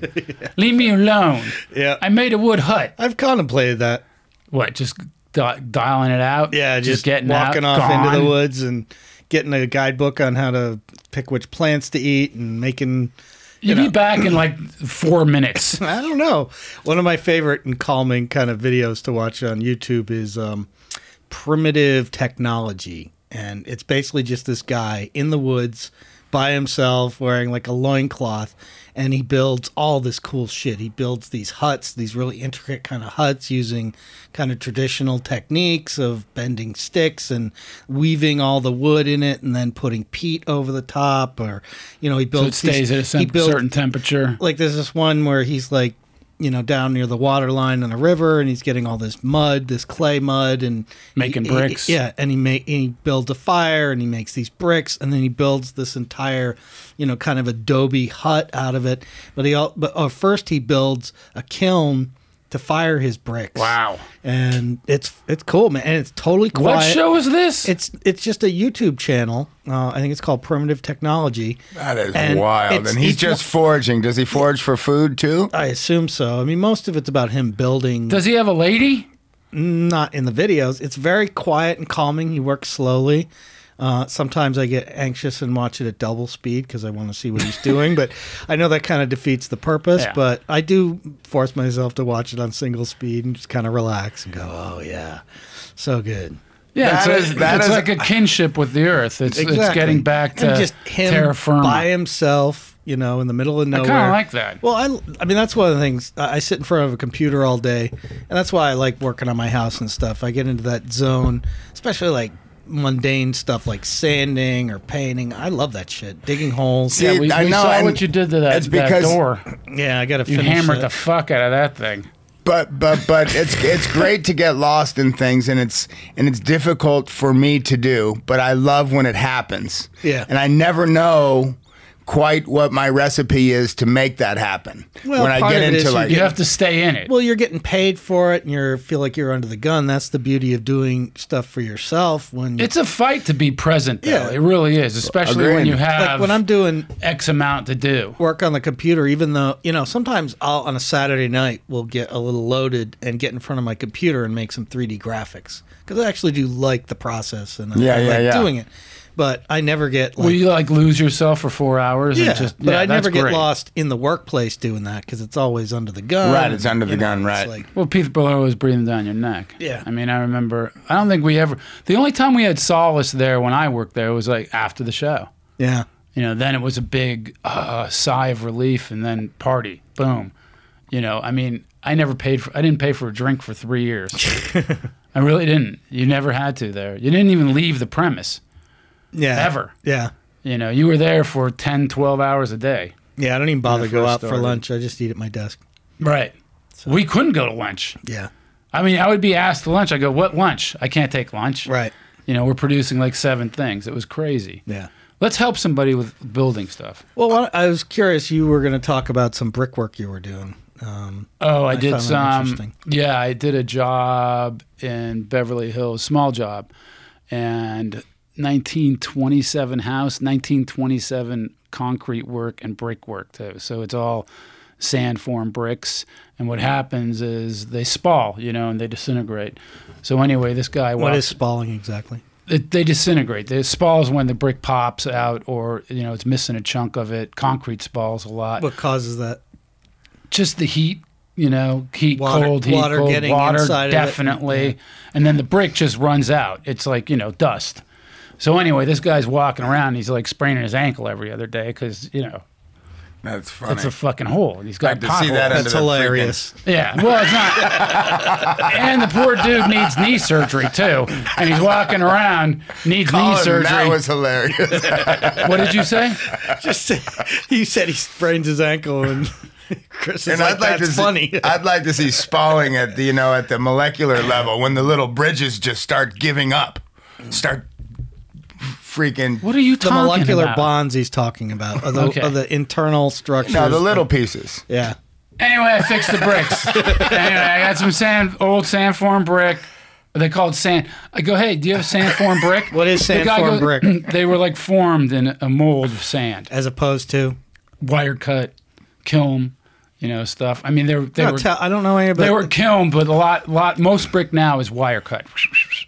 A: Leave me alone.
B: Yeah.
A: I made a wood hut.
B: I've contemplated that.
A: What? Just di- dialing it out.
B: Yeah, just, walking
A: out,
B: off into
A: gone?
B: the woods and getting a guidebook on how to pick which plants to eat and making
A: You'd be back in like four minutes.
B: I don't know. One of my favorite and calming kind of videos to watch on YouTube is um, primitive technology. And it's basically just this guy in the woods by himself wearing like a loincloth and he builds all this cool shit. He builds these huts, these really intricate kind of huts using kind of traditional techniques of bending sticks and weaving all the wood in it and then putting peat over the top or you know he
A: So it
B: builds these-
A: stays at a
B: <laughs> he
A: cer-
B: built-
A: certain temperature.
B: like there's this one where he's like you know, down near the water line in the river, and he's getting all this mud, this clay mud, and
A: Making
B: he- he-
A: bricks.
B: yeah, and he make and he builds a fire, and he makes these bricks, and then he builds this entire, you know, kind of adobe hut out of it. But he all but uh, first he builds a kiln to fire his bricks.
A: Wow.
B: And it's it's cool, man, and it's totally quiet.
A: What show is this?
B: It's it's just a YouTube channel. Uh, I think it's called Primitive Technology.
C: That is
B: And
C: wild.
B: it's-
C: And he's
B: each
C: just foraging. Does he forage for food too?
B: I assume so. I mean, most of it's about him building.
A: Does he have a lady?
B: not in the videos. It's very quiet and calming. He works slowly. Uh, sometimes I get anxious and watch it at double speed because I want to see what he's doing. But I know that kind of defeats the purpose.
A: Yeah.
B: But I do force myself to watch it on single speed and just kind of relax and go, "Oh yeah, so good."
A: Yeah,
C: That
A: it's,
C: is-
A: a,
C: that
A: it's
C: is-
A: like a kinship with the earth. It's it's
B: Exactly.
A: getting back to
B: and just him
A: terra firma.
B: by himself, you know, in the middle of
A: I
B: nowhere.
A: kind of like that.
B: Well, I, I mean, that's one of the things. I I sit in front of a computer all day, and that's why I like working on my house and stuff. I get into that zone, especially like mundane stuff like sanding or painting. I love that shit. Digging holes.
C: See,
A: yeah, we, we
C: I know,
A: saw
C: and
A: what you did to that,
C: it's
A: that
C: because-
A: door.
B: yeah, I got to
A: You
B: finish
A: hammered
B: it.
A: the fuck out of that thing.
C: but but but it's it's great to get lost in things and it's and it's difficult for me to do but i love when it happens
B: Yeah.
C: and i never know quite what my recipe is to make that happen
B: Well,
C: when i
B: part
C: get
B: of it is
C: into
B: you
C: like
A: You have to stay in it.
B: well, you're getting paid for it, and you feel like you're under the gun. That's the beauty of doing stuff for yourself. When you-
A: it's a fight to be present, though.
B: Yeah.
A: It really is, especially when
C: Agreed.
A: you have
B: like when I'm doing
A: X amount to do.
B: work on the computer, even though, you know, sometimes I'll on a Saturday night will get a little loaded and get in front of my computer and make some 3D graphics because I actually do like the process and I,
C: Yeah,
B: I
C: yeah,
B: like
C: yeah.
B: doing it. But I never get like,
A: Will you like lose yourself for four hours?
B: yeah,
A: and just,
B: but
A: yeah,
B: I never
A: that's
B: get
A: great.
B: lost in the workplace doing that because it's always under the gun.
C: Right, it's under the
B: You know,
C: gun,
B: it's
C: right.
B: like-
A: Well, Pete Bellew was breathing down your neck.
B: Yeah.
A: I mean, I remember. I don't think we ever. The only time we had solace there when I worked there was like after the show.
B: yeah.
A: You know, then it was a big uh, sigh of relief, and then party, boom. You know, I mean, I never paid for. I didn't pay for a drink for three
B: <laughs>
A: years. I really didn't. You never had to there. You didn't even leave the premise.
B: Yeah.
A: Ever.
B: Yeah.
A: You know, you were there for 10, 12 hours a day.
B: Yeah. I don't even bother to go
A: first
B: out for
A: started.
B: lunch. I just eat at my desk.
A: Right. We couldn't go to lunch.
B: Yeah.
A: I mean, I would be asked to lunch. I go, "What lunch? I can't take lunch."
B: Right.
A: You know, we're producing like seven things. It was crazy.
B: Yeah.
A: Let's help somebody with building stuff.
B: Well, why- I was curious. You were going to talk about some brickwork you were doing. Um,
A: Oh, I, did
B: found that
A: some.
B: interesting.
A: Yeah, I did a job in Beverly Hills, small job, and 1927 house, 1927 concrete work and brick work too. So it's all sand form bricks. And what happens is they spall, you know, and they disintegrate. So anyway, this guy
B: what
A: walks-
B: is spalling exactly?
A: it, they disintegrate. The spall is when the brick pops out, or you know, it's missing a chunk of it. Concrete spalls a lot.
B: What causes that?
A: Just the heat, you know, heat,
B: Water-
A: cold, heat,
B: water
A: cold,
B: getting
A: water,
B: inside of it.
A: definitely. And then the brick just runs out. It's like you know, dust. So anyway, this guy's walking around. And he's like spraining his ankle every other day because you know
D: That's funny.
A: it's a fucking hole. and He's got
D: I'd like to see that under
A: potholes.
B: That's
D: the freaking-
B: hilarious.
A: Yeah, well, it's not. <laughs> and the poor dude needs knee surgery too, and he's walking around needs knee
C: oh,
A: surgery.
C: that was hilarious
A: what did you say?
B: Just <laughs> say- you said he sprains his ankle, and Chris is
C: and
B: like,
C: I'd like
B: "That's
C: to
B: funny." <laughs>
C: see, <laughs> I'd like to see spalling at the, you know at the molecular level when the little bridges just start giving up start freaking
A: What are you
B: the
A: talking
B: molecular
A: about?
B: bonds he's talking about are the,
A: Okay.
B: are the internal structures.
C: no the little pieces
B: yeah.
A: Anyway, I fixed the
B: <laughs>
A: bricks. anyway, I got some sand, old sandform brick. They called sand. I go, hey, do you have sandform brick?
B: <laughs> What is
A: The guy
B: sandform brick?
A: <clears throat> They were like formed in a mold of sand,
B: As opposed to,
A: wire cut, kiln, you know, stuff. I mean, they were they
B: I
A: were
B: don't, tell, I don't know any about.
A: they were kiln, but a lot lot most brick now is wire cut.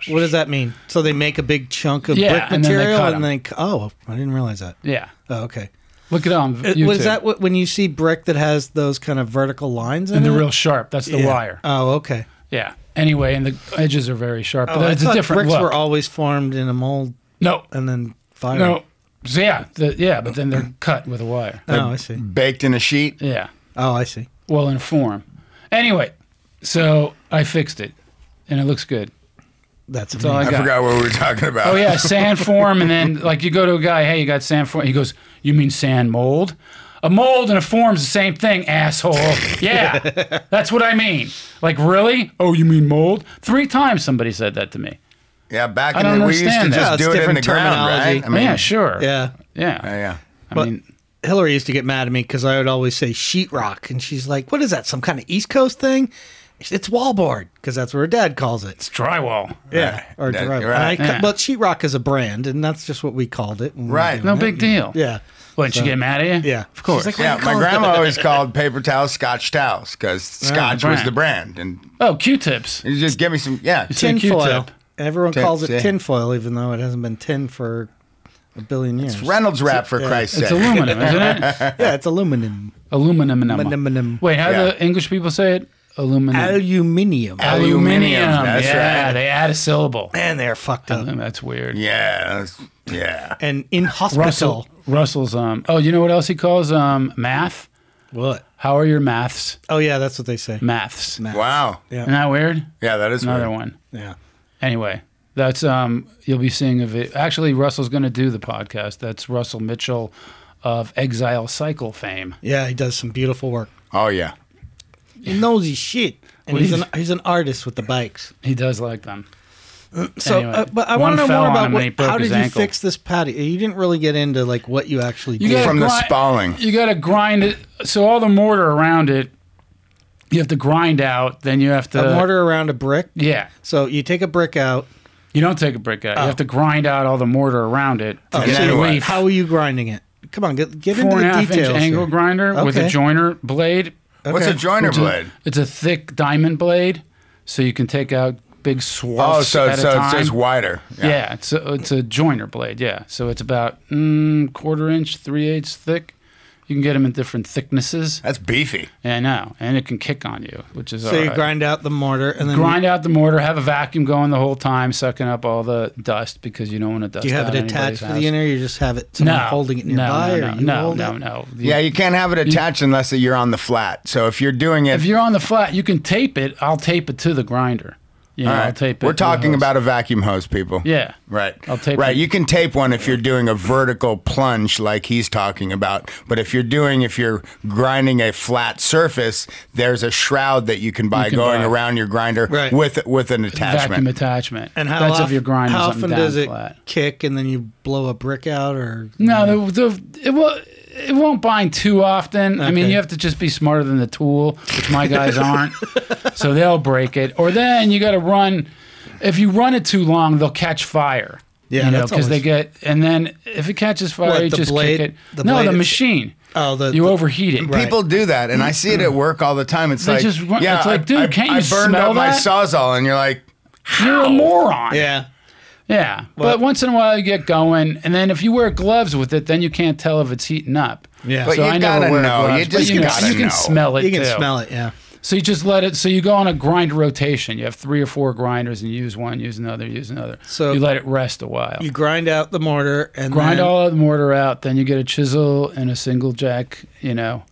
B: what does that mean? So they make a big chunk of
A: Yeah,
B: brick
A: and then they
B: material,
A: cut 'em.
B: and then they, oh, I didn't realize that.
A: Yeah,
B: Oh, okay.
A: look it up on
B: It-
A: YouTube.
B: What is that? What, when you see brick that has those kind of vertical lines in
A: And
B: it?
A: they're real sharp. That's the
B: Yeah.
A: wire.
B: Oh, okay.
A: Yeah. Anyway, and the edges are very sharp.
B: Oh,
A: but
B: I
A: it's a
B: thought
A: different
B: bricks
A: look.
B: were always formed in a mold
A: no,
B: and then fired.
A: No. So yeah, the, yeah, but then
B: <clears throat>
A: they're cut with a wire.
B: Oh, I see.
C: baked in a sheet
A: Yeah.
B: Oh, I see.
A: Well, in a form. Anyway, so I fixed it, and it looks good.
B: That's
A: all I
B: amazing.
A: got.
C: I forgot what we were talking about.
A: Oh
B: <laughs>
A: yeah, sand form, and then like you go to a guy, hey, you got sand form. He goes, you mean sand mold? A mold and a form's the same thing, asshole.
B: <laughs>
A: Yeah, that's what I mean. Like, really? Oh, you mean mold? Three times somebody said that to me.
C: Yeah, back in
A: don't
C: the we used to
A: understand that.
C: just
B: Yeah, it's
C: do it in the
B: different
C: ground, right?
B: terminology.
C: I mean,
A: yeah, sure.
B: Yeah.
A: Yeah.
C: yeah, yeah.
A: I
B: But
A: mean,
B: Hillary used to get mad at me because I would always say sheetrock, and she's like, "What is that? Some kind of East Coast thing?" It's wallboard because that's what her dad calls it.
A: drywall.
B: Yeah, or
C: That-
B: drywall.
C: you're right.
B: And I ca-
A: Yeah.
B: But sheetrock is a brand, and that's just what we called it. when we were
C: Right.
B: doing
A: No
B: it.
A: big deal.
B: Yeah.
A: What, she get mad at you?
B: Yeah.
A: Of course.
B: She's like,
C: Yeah,
B: What do
C: my
B: you call
C: grandma always called paper towels Scotch towels because Scotch was
A: brand.
C: the brand, and
A: oh, Q-tips.
C: you just give me some. Yeah,
A: said
B: Tinfoil.
A: Q-tip.
B: Everyone
C: Tin-
B: calls it
C: yeah.
B: tinfoil, even though it hasn't been tin for a billion years.
C: Reynolds wrap for
B: yeah.
C: Christ's
A: It's
C: sake.
A: aluminum, isn't
B: <laughs>
A: it?
B: yeah, it's aluminum.
A: Aluminum.
B: Aluminum.
A: Wait, how
C: Yeah.
A: do the English people say it? Aluminum.
B: Aluminium.
C: Aluminium, that's
A: yeah,
C: right.
A: they add a syllable.
B: Man, they're fucked up.
A: That's weird.
C: Yeah, that's- yeah.
B: And in hospital.
A: Russell. Russell's. Um. Oh, you know what else he calls um math?
B: What?
A: How are your maths?
B: Oh, yeah, that's what they say.
A: Maths.
B: Math.
C: Wow.
B: Yeah.
A: Isn't that weird?
C: Yeah, that is
A: Another
C: weird.
A: one.
B: Yeah.
A: Anyway, that's um. You'll be seeing a video. Actually, Russell's going to do the podcast. That's Russell Mitchell of Exile Cycle fame.
B: Yeah, he does some beautiful work.
C: Oh yeah.
B: He knows his shit. And
A: What
B: he's
A: do you-
B: an, he's an artist with the bikes.
A: He does like them.
B: So,
A: Anyway,
B: uh, but I
A: one
B: want to know
A: fell
B: more
A: on
B: about
A: him and he
B: what,
A: broke
B: how
A: his
B: did you
A: ankle.
B: fix this patio? You didn't really get into like what you actually did.
A: You gotta
C: From the
A: grind-
C: spalling.
A: You got to grind it. So all the mortar around it, you have to grind out. Then you have to
B: a mortar around a brick.
A: Yeah,
B: So you take a brick out.
A: you don't take a brick out. You
B: Oh.
A: have to grind out all the mortar around it. To
B: Oh,
A: get
C: so
A: the
C: you-
A: leaf.
B: How are you grinding it? Come on, get, get into
A: Four and a
B: the
A: half inch
B: details.
A: angle
B: here.
A: grinder with a
B: Okay.
A: joiner blade.
C: What's a
B: Okay.
C: joiner
A: Which is-
C: blade?
A: It's a thick diamond blade, so you can take out big swaths
C: Oh, so
A: at a
C: so
A: time.
C: it's just wider.
A: yeah. it's a, it's a joiner blade. Yeah, so it's about mm, quarter inch, three eighths thick. You can get them in different thicknesses.
C: That's beefy.
A: Yeah, I know, and it can kick on you, which is
B: So
A: all
B: you
A: right.
B: grind out the mortar and then
A: grind out the mortar, have a vacuum going the whole time, sucking up all the dust because you don't want to dust.
B: Do you have
A: out
B: it
A: anybody's
B: attached to
A: house.
B: the inner? You just have it someone holding it nearby,
A: no,
B: or
A: no,
B: you
A: no,
B: hold
A: no,
B: it.
A: no.
C: Yeah, you can't have it attached unless you're on the flat. So if you're doing it,
A: If you're on the flat, you can tape it. I'll tape it to the grinder. You know,
C: all right.
A: I'll tape it.
C: we're
A: with a
C: talking
A: hose.
C: about a vacuum hose, people.
A: Yeah.
C: Right.
A: I'll tape
C: right.
A: it.
C: You can tape one if you're doing a vertical plunge like he's talking about. But if you're doing, if you're grinding a flat surface, there's a shroud that you can buy
A: can
C: going
A: buy.
C: around your grinder
B: Right.
C: with with an attachment.
A: vacuum attachment.
B: And how,
A: That's
B: off,
A: if you're grinding
B: how
A: something
B: often
A: down
B: does it
A: flat. Mm.
B: kick and then you blow a brick out or
A: No, the, the, it will. It won't bind too often. I mean,
B: Okay.
A: you have to just be smarter than the tool, which my guys
B: <laughs>
A: aren't. so they'll break it. Or then you got to run. If you run it too long, they'll catch fire.
B: Yeah,
A: you know,
B: that's
A: because they
B: always-
A: get. And then if it catches fire,
B: What,
A: you
B: the
A: just
B: blade-
A: kick it.
B: the
A: no,
B: blade
A: the
B: it's-
A: machine.
B: Oh, the-
A: you
B: the-
A: overheat it.
B: Right.
C: People do that, and I see it at work all the time. It's
A: They
C: like,
A: just run-
C: yeah,
A: it's like,
C: I-
A: dude,
C: I,
A: can't you
C: I burned
A: smell
C: up my
A: that?
C: sawzall, and you're like,
A: You're a moron.
B: yeah
A: Yeah.
B: Well-
A: but once in a while you get going, and then if you wear gloves with it, then you can't tell if it's heating up.
B: Yeah.
C: But
A: so
C: you
A: I never
C: gotta
A: wear
C: know.
A: gloves,
C: You
A: but
C: just
A: you, know,
C: gotta
A: you can
C: know.
A: smell it.
B: you can
A: too.
B: smell it yeah
A: So you just let it. So you go on a grind rotation. You have three or four grinders, and use one, use another, use another.
B: So-
A: you let it rest a while.
B: you grind out the mortar and
A: grind
B: then,
A: all of the mortar out. Then you get a chisel and a single jack, you know,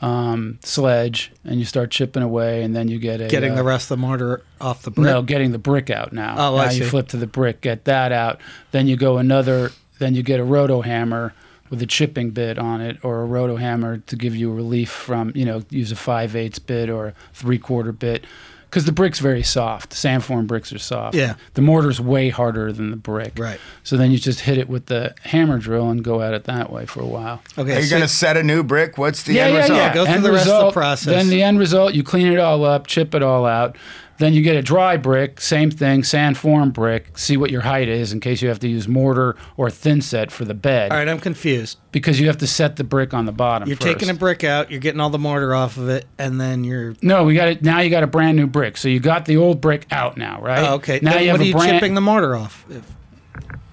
A: um, sledge, and you start chipping away. And then you get a
B: getting
A: uh,
B: the rest of the mortar off the brick
A: no, getting the brick out now.
B: Oh,
A: now
B: I
A: you
B: see.
A: flip to the brick, get that out. Then you go another. Then you get a roto hammer with a chipping bit on it, or a roto hammer to give you relief from you know use a five eighths bit or a three quarter bit because the brick's very soft. Sandform bricks are soft.
B: Yeah.
A: the mortar's way harder than the brick.
B: Right.
A: So then you just hit it with the hammer drill and go at it that way for a while.
B: okay
C: are you
B: so-
C: going to set a new brick? What's the end result?
B: yeah. Go through the rest of the process.
A: Then the end result, you clean it all up, chip it all out. Then you get a dry brick, same thing, sand form brick. See what your height is in case you have to use mortar or thin set for the bed
B: all right i'm confused
A: because you have to set the brick on the bottom.
B: you're
A: first.
B: taking a brick out you're getting all the mortar off of it and then you're
A: No, we got it. Now you got a brand new brick. So you got the old brick out now, right?
B: oh, okay
A: Now
B: Then
A: you have
B: what are
A: a
B: you
A: brand.
B: chipping the mortar off If-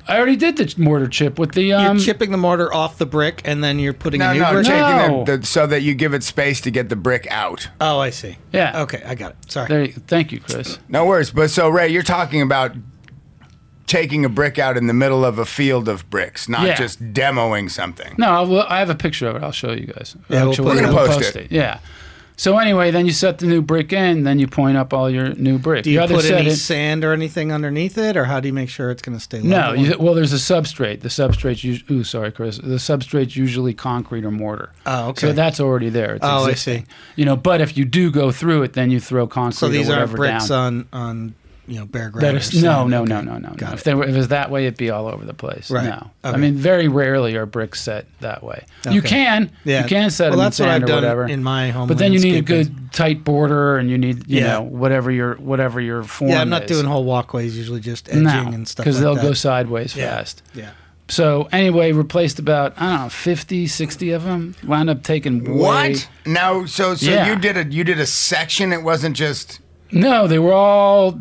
A: I already did the mortar chip with the
B: you're
A: um.
B: chipping the mortar off the brick and then you're putting
C: No,
B: a new
C: no,
B: brick
A: chick- No.
C: taking the, the, so that you give it space to get the brick out.
B: oh i see
A: Yeah.
B: okay i got it sorry
A: There. You, thank you, Chris.
C: No worries. But so, Ray, you're talking about taking a brick out in the middle of a field of bricks, not
A: Yeah.
C: just demoing something.
A: No, I, will, I have a picture of it. I'll show you guys.
B: Yeah, we'll
A: Actually,
B: put it-
C: We're gonna post it.
A: Yeah. So anyway, then you set the new brick in, then you point up all your new brick.
B: Do you
A: the other
B: put
A: set
B: any
A: in-
B: sand or anything underneath it, or how do you make sure it's going to stay level?
A: No, you, well, there's a substrate. The substrate's us- ooh, sorry, Chris. The substrate's usually concrete or mortar.
B: Oh, okay.
A: So that's already there. It's
B: Oh, I
A: existing.
B: see.
A: You know, but if you do go through it, then you throw concrete
B: so these
A: or
B: aren't
A: whatever
B: bricks
A: down.
B: on on you know bare ground.
A: That
B: or
A: is, no,
B: sand.
A: no,
B: Okay.
A: no, no, no, no.
B: Got
A: If,
B: it.
A: they were, if it was that way, it'd be all over the place.
B: Right.
A: No, I
B: Okay.
A: mean, very rarely are bricks set that way. You
B: Okay.
A: can,
B: Yeah.
A: you can set
B: Well,
A: them
B: that's
A: in
B: what
A: sand
B: I've
A: or
B: done
A: whatever.
B: in my home
A: But then you need a
B: landscaping.
A: good tight border, and you need, you
B: Yeah.
A: know, whatever your whatever your form.
B: Yeah, I'm not
A: is.
B: doing whole walkways. Usually just edging
A: no,
B: and stuff.
A: because
B: like
A: they'll
B: that.
A: go sideways
B: Yeah.
A: fast.
B: Yeah.
A: So anyway, replaced about I don't know 50, 60 of them. Wound up taking way-
C: What? Now, so so
A: Yeah.
C: you did a you did a section. It wasn't just.
A: No, they were all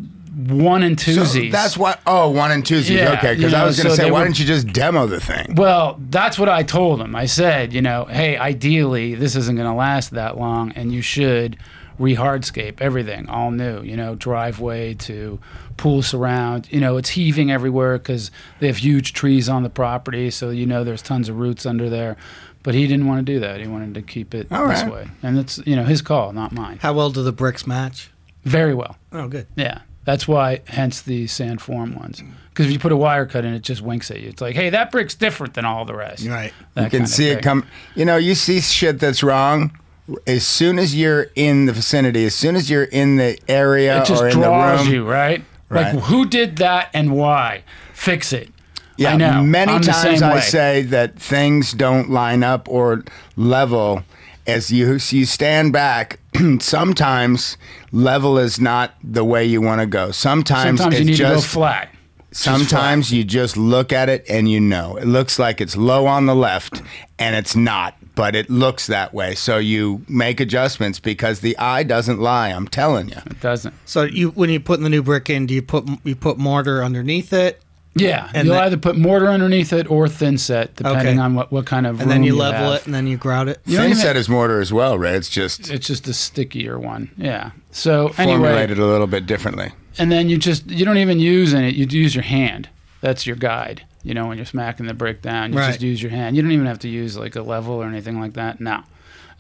A: one and
C: So
A: twosies.
C: that's what. Oh, one and twosies.
A: Yeah,
C: okay,
A: you
C: because I
A: know,
C: was going to
A: so
C: say,
A: they
C: why
A: were-
C: didn't you just demo the thing?
A: Well, that's what I told him. I said, you know, hey, ideally, this isn't going to last that long, and you should re-hardscape everything, all new. You know, driveway to pool surround. You know, it's heaving everywhere because they have huge trees on the property, so you know there's tons of roots under there. But he didn't want to do that. He wanted to keep it
C: All
A: this
C: right.
A: way, and it's you know his call, not mine.
B: How well do the bricks match?
A: Very well.
B: Oh, good.
A: Yeah. That's why, hence the sand form ones. Because if you put a wire cut in, it just winks at you. It's like, hey, that brick's different than all the rest.
B: Right.
A: That
C: you can
A: kind of
C: see it
A: thing.
C: come. You know, you see shit that's wrong. As soon as you're in the vicinity, as soon as you're in the area
A: It just
C: or in
A: draws
C: the room,
A: you, right?
C: Right.
A: Like, who did that and why? Fix it.
C: yeah.
A: I know.
C: Many
A: I'm the
C: times
A: same
C: I
A: way.
C: say that things don't line up or level. As you you stand back, <clears throat> sometimes level is not the way you want to go. Sometimes,
A: sometimes you
C: it's
A: need
C: just
A: to go flat.
C: Sometimes you just look at it and you know. It looks like it's low on the left and it's not, but it looks that way. So you make adjustments because the eye doesn't lie, I'm telling you.
A: It doesn't.
B: So you when you put the new brick in, do you put you put mortar underneath it,
A: Yeah,
B: And
A: you'll
B: that-
A: either put mortar underneath it or thin set, depending
B: Okay.
A: on what, what kind of
B: and
A: room
B: then you
A: you
B: level
A: have.
B: it, and then you grout it?
A: don't
C: Thin
A: even-
C: set is mortar as well, Ray. It's just
A: It's just a stickier one. Yeah. So anyway,
C: formulated a little bit differently.
A: and then you just you don't even use any you use your hand that's your guide you know when you're smacking the brick down you
B: Right.
A: just use your hand you don't even have to use like a level or anything like that no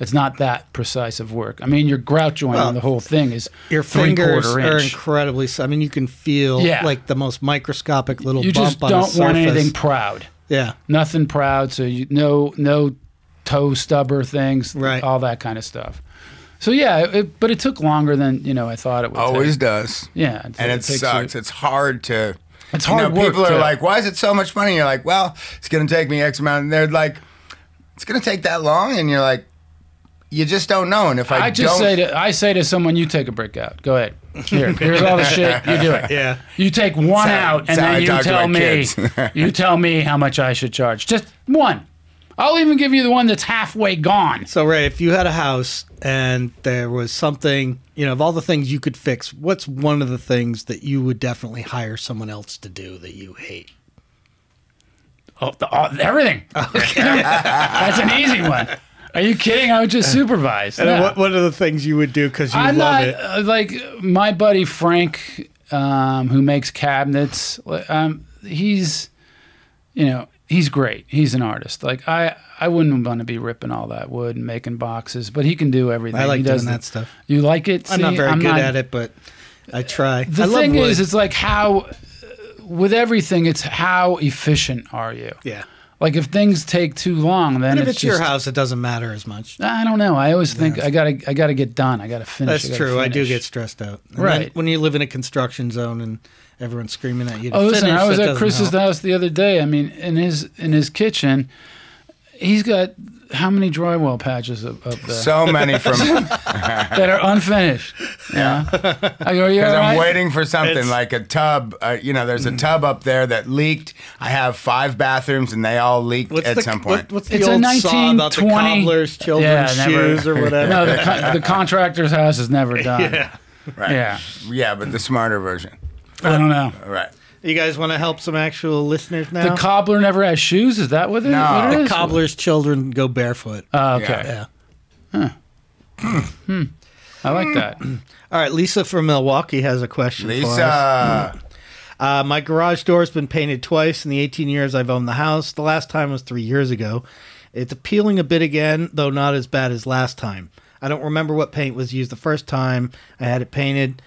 A: it's not that precise of work i mean your grout joint
B: Well,
A: on the whole thing is
B: Your
A: three
B: fingers
A: quarter
B: are
A: inch
B: incredibly. s- I mean, you can feel
A: Yeah.
B: like the most microscopic little
A: you
B: bump
A: just
B: on
A: don't
B: the surface.
A: want anything proud
B: yeah.
A: nothing proud so you no no toe stubber things
B: Right.
A: all that kind of stuff so yeah it, but it took longer than you know i thought it would
C: Always
A: take.
C: does.
A: yeah
C: And it
A: takes you-
C: sucks. It's hard to.
A: It's
C: you know,
A: hard work,
C: People are
A: too.
C: like, why is it so much money? And you're like, well, it's going to take me X amount. And they're like, it's going to take that long. And you're like, you just don't know. And if I,
A: I, just
C: don't,
A: say to I say to someone, you take a brick out. Go ahead. Here, here's all the shit. You do it.
B: Yeah.
A: You take one
C: how-
A: out, and
C: that's how I
A: then you
C: talk to
A: tell
C: my
A: me.
C: kids.
A: <laughs> you tell me how much I should charge. Just one. I'll even give you the one that's halfway gone.
B: So Ray, if you had a house and there was something, you know, of all the things you could fix, what's one of the things that you would definitely hire someone else to do that you hate?
A: Oh, the, oh, everything. <laughs> that's an easy one. Are you kidding? I would just supervise.
B: And
A: Yeah.
B: what what are the things you would do because you
A: I'm
B: love
A: not
B: it?
A: uh, like my buddy Frank, um, who makes cabinets. li- Um, he's, you know, he's great. He's an artist. Like I, I wouldn't want to be ripping all that wood and making boxes, but he can do everything.
B: I like
A: He
B: doing
A: does the-
B: that stuff.
A: You like it?
B: I'm not
A: See,
B: very good
A: not-
B: at it, but I try.
A: The
B: I love
A: thing
B: wood.
A: is, it's like how, uh, with everything, it's how efficient are you?
B: yeah.
A: Like if things take too long, then
B: And if
A: it's,
B: it's, your
A: just-
B: house, it doesn't matter as much.
A: I don't know. I always think I gotta, I gotta get done. I gotta finish.
B: That's
A: gotta
B: true. I do
A: finish.
B: get stressed out. And then
A: Right.
B: When you live in a construction zone and everyone's screaming at you to
A: Oh, listen,
B: finish,
A: I was
B: that
A: at
B: doesn't
A: Chris's
B: help.
A: house the other day. I mean, in his in his kitchen, he's got how many drywall patches up, up there
C: so
A: <laughs>
C: many from
A: that are unfinished? Yeah, I go, you all
C: Because I'm
A: right?
C: waiting for something
B: It's-
C: like a tub. Uh, you know, there's a tub up there that leaked. I have five bathrooms, and they all leaked
B: What's
C: at
B: the,
C: some
B: what-
C: point.
B: what's the
A: It's a
B: old saw about the
A: 1920
B: cobbler's children's
A: Yeah, never- <laughs>
B: shoes or whatever?
A: No, the, con- the contractor's house is never done. Yeah,
C: right. Yeah, but the smarter version.
A: I don't know.
C: All right.
B: You guys want to help some actual listeners now?
A: The cobbler never has shoes. Is that what it,
C: No.
A: what it
C: The
A: is?
B: cobbler's children go barefoot.
A: Oh, okay, Hmm.
B: yeah.
A: I like that.
C: Hmm.
B: All right, Lisa from Milwaukee has a question for us.
C: Lisa.
B: Uh, my garage door has been painted twice in the 18 years I've owned the house. The last time was three years ago. It's peeling a bit again, though not as bad as last time. I don't remember what paint was used the first time I had it painted.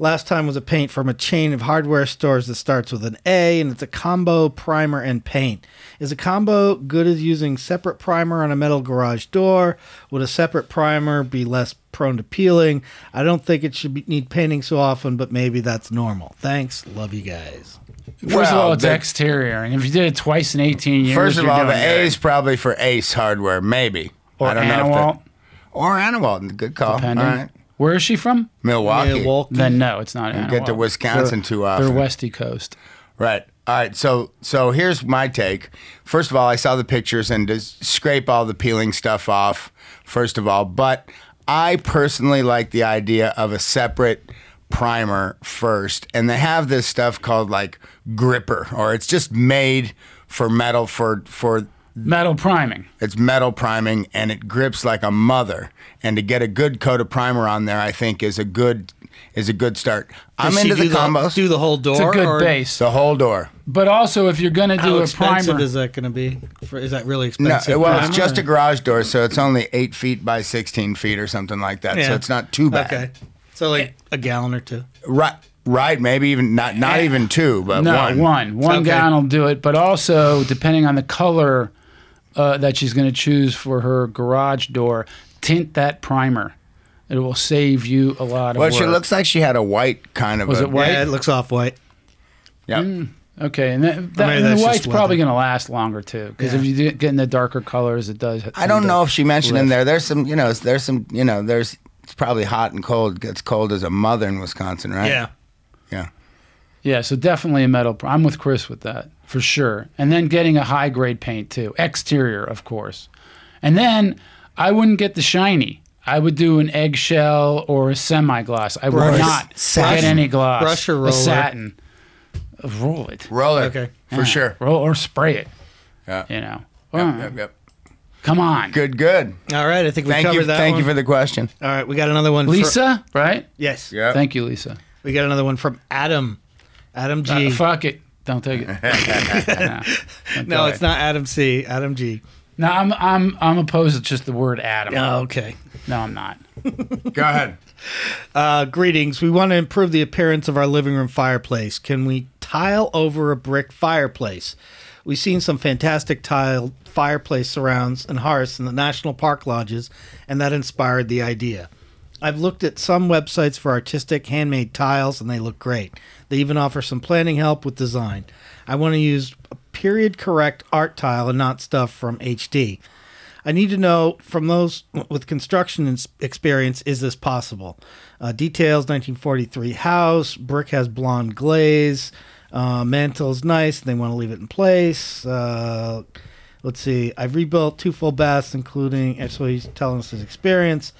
B: Last time was a paint from a chain of hardware stores that starts with an A, and it's a combo primer and paint. Is a combo good as using separate primer on a metal garage door? Would a separate primer be less prone to peeling? I don't think it should be, need painting so often, but maybe that's normal. Thanks, love you guys.
A: First of all, it's exterior, and if you did it twice in 18 years,
C: First of
A: you're
C: all, the
A: doing
C: A
A: it.
C: is probably for Ace Hardware, maybe.
A: or
C: I don't know. If
A: Anawalt,
C: the, or Anawalt. Good call.
A: depending.
C: All right.
A: Where is she from?
C: Milwaukee.
B: Milwaukee.
A: Then no, it's not.
C: Get to
A: Anawalt.
C: Wisconsin too often.
A: They're Westy Coast.
C: Right. All right. So so here's my take. First of all, I saw the pictures and to scrape all the peeling stuff off. First of all, but I personally like the idea of a separate primer first, and they have this stuff called like gripper, or it's just made for metal for for
A: Metal priming.
C: it's metal priming and it grips like a mother. And to get a good coat of primer on there, I think is a good is a good start. I'm
B: Does she
C: into the
B: do
C: combos.
B: do the whole door.
A: It's a good
B: or
A: base.
C: the whole door.
A: But also, if you're going to
B: How
A: do a
B: expensive
A: primer,
B: is that going to be? For, is that really
C: No,
B: expensive?
C: well,
B: primer?
C: it's just a garage door, so it's only eight feet by sixteen feet or something like that. So
B: Yeah.
C: it's not too bad.
B: Okay. So like a gallon or two.
C: Right, right. Maybe even not, not even two, but
A: no,
C: one.
A: one, one
B: Okay.
A: gown will do it. But also, depending on the color uh, that she's going to choose for her garage door, tint that primer. It will save you a lot of
C: Well,
A: work.
C: she looks like she had a white kind of.
A: Was
C: a,
A: it white?
B: Yeah, it looks off white.
C: Yeah.
A: Okay, and, that, that, and
B: that's
A: the
B: just
A: white's probably
B: weather.
A: going to last longer too, because
B: Yeah.
A: if you do- get in the darker colors, it does.
C: I don't know if she mentioned in there. There's some, you know, there's some, you know, there's. It's probably hot and cold. It gets cold as a mother in Wisconsin, right? Yeah.
A: Yeah, so definitely a metal. pr- I'm with Chris with that for sure. And then getting a high grade paint too, exterior of course. And then I wouldn't get the shiny. I would do an eggshell or a semi gloss. I would
B: Brush.
A: not
C: Satin.
A: get any gloss.
B: Brush or roller?
A: A satin. Roll it
C: Roller.
B: Okay.
C: For
A: Yeah,
C: sure.
A: Roll or spray it.
C: Yeah.
A: You know.
C: Yep,
A: Uh,
C: yep, yep.
A: Come on,
C: Good, good.
B: All right, I think we
C: Thank
B: covered
C: you.
B: that
C: Thank
B: one.
C: you for the question.
B: All right, we got another one. for-
A: Lisa. Right?
B: yes.
D: Yep.
A: Thank you, Lisa.
B: We got another one from Adam. Adam G.
A: Uh, fuck it. Don't take it.
C: <laughs>
A: no, Don't
B: no,
A: do
B: it's
A: it.
B: not Adam C. Adam G.
A: No, I'm I'm I'm opposed to just the word Adam.
B: Oh, okay.
A: No, I'm not.
D: Go ahead.
B: Uh, greetings. We want to improve the appearance of our living room fireplace. Can we tile over a brick fireplace? We've seen some fantastic tiled fireplace surrounds and hearths in the national park lodges, and that inspired the idea. I've looked at some websites for artistic handmade tiles, and they look great. They even offer some planning help with design. I want to use a period correct art tile and not stuff from HD. I need to know from those with construction ins- experience is this possible? Uh, details 1943 house, brick has blonde glaze, uh, mantle's nice, and they want to leave it in place. Uh, let's see, I've rebuilt two full baths, including, and so he's telling us his experience.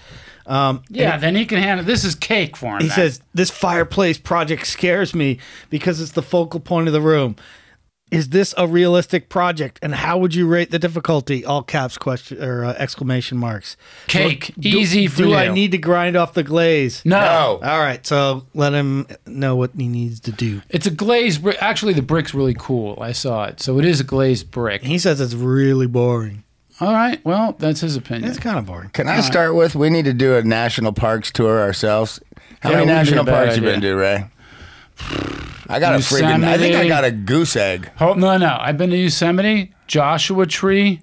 B: Um,
A: Yeah, then he can handle. This is cake for him.
B: he
A: then.
B: says, This fireplace project scares me because it's the focal point of the room. Is this a realistic project? And how would you rate the difficulty? All caps question or uh, exclamation marks.
A: Cake.
B: Do-
A: Easy for
B: do
A: you.
B: I need to grind off the glaze?
A: no.
C: No.
B: All right, so let him know what he needs to do.
A: It's a glazed brick. Actually, the brick's really cool. I saw it, so it is a glazed brick.
B: He says it's really boring.
A: All right. Well, that's his opinion.
B: It's kind of boring.
C: Can I start with? We need to do a national parks tour ourselves. How
A: Yeah,
C: many
A: it wouldn't be
C: national
A: a bad
C: parks you
A: idea.
C: been to, Ray? I got a freaking. I think I
A: Yosemite.
C: got a goose egg.
A: Oh, no, no. I've been to Yosemite, Joshua Tree.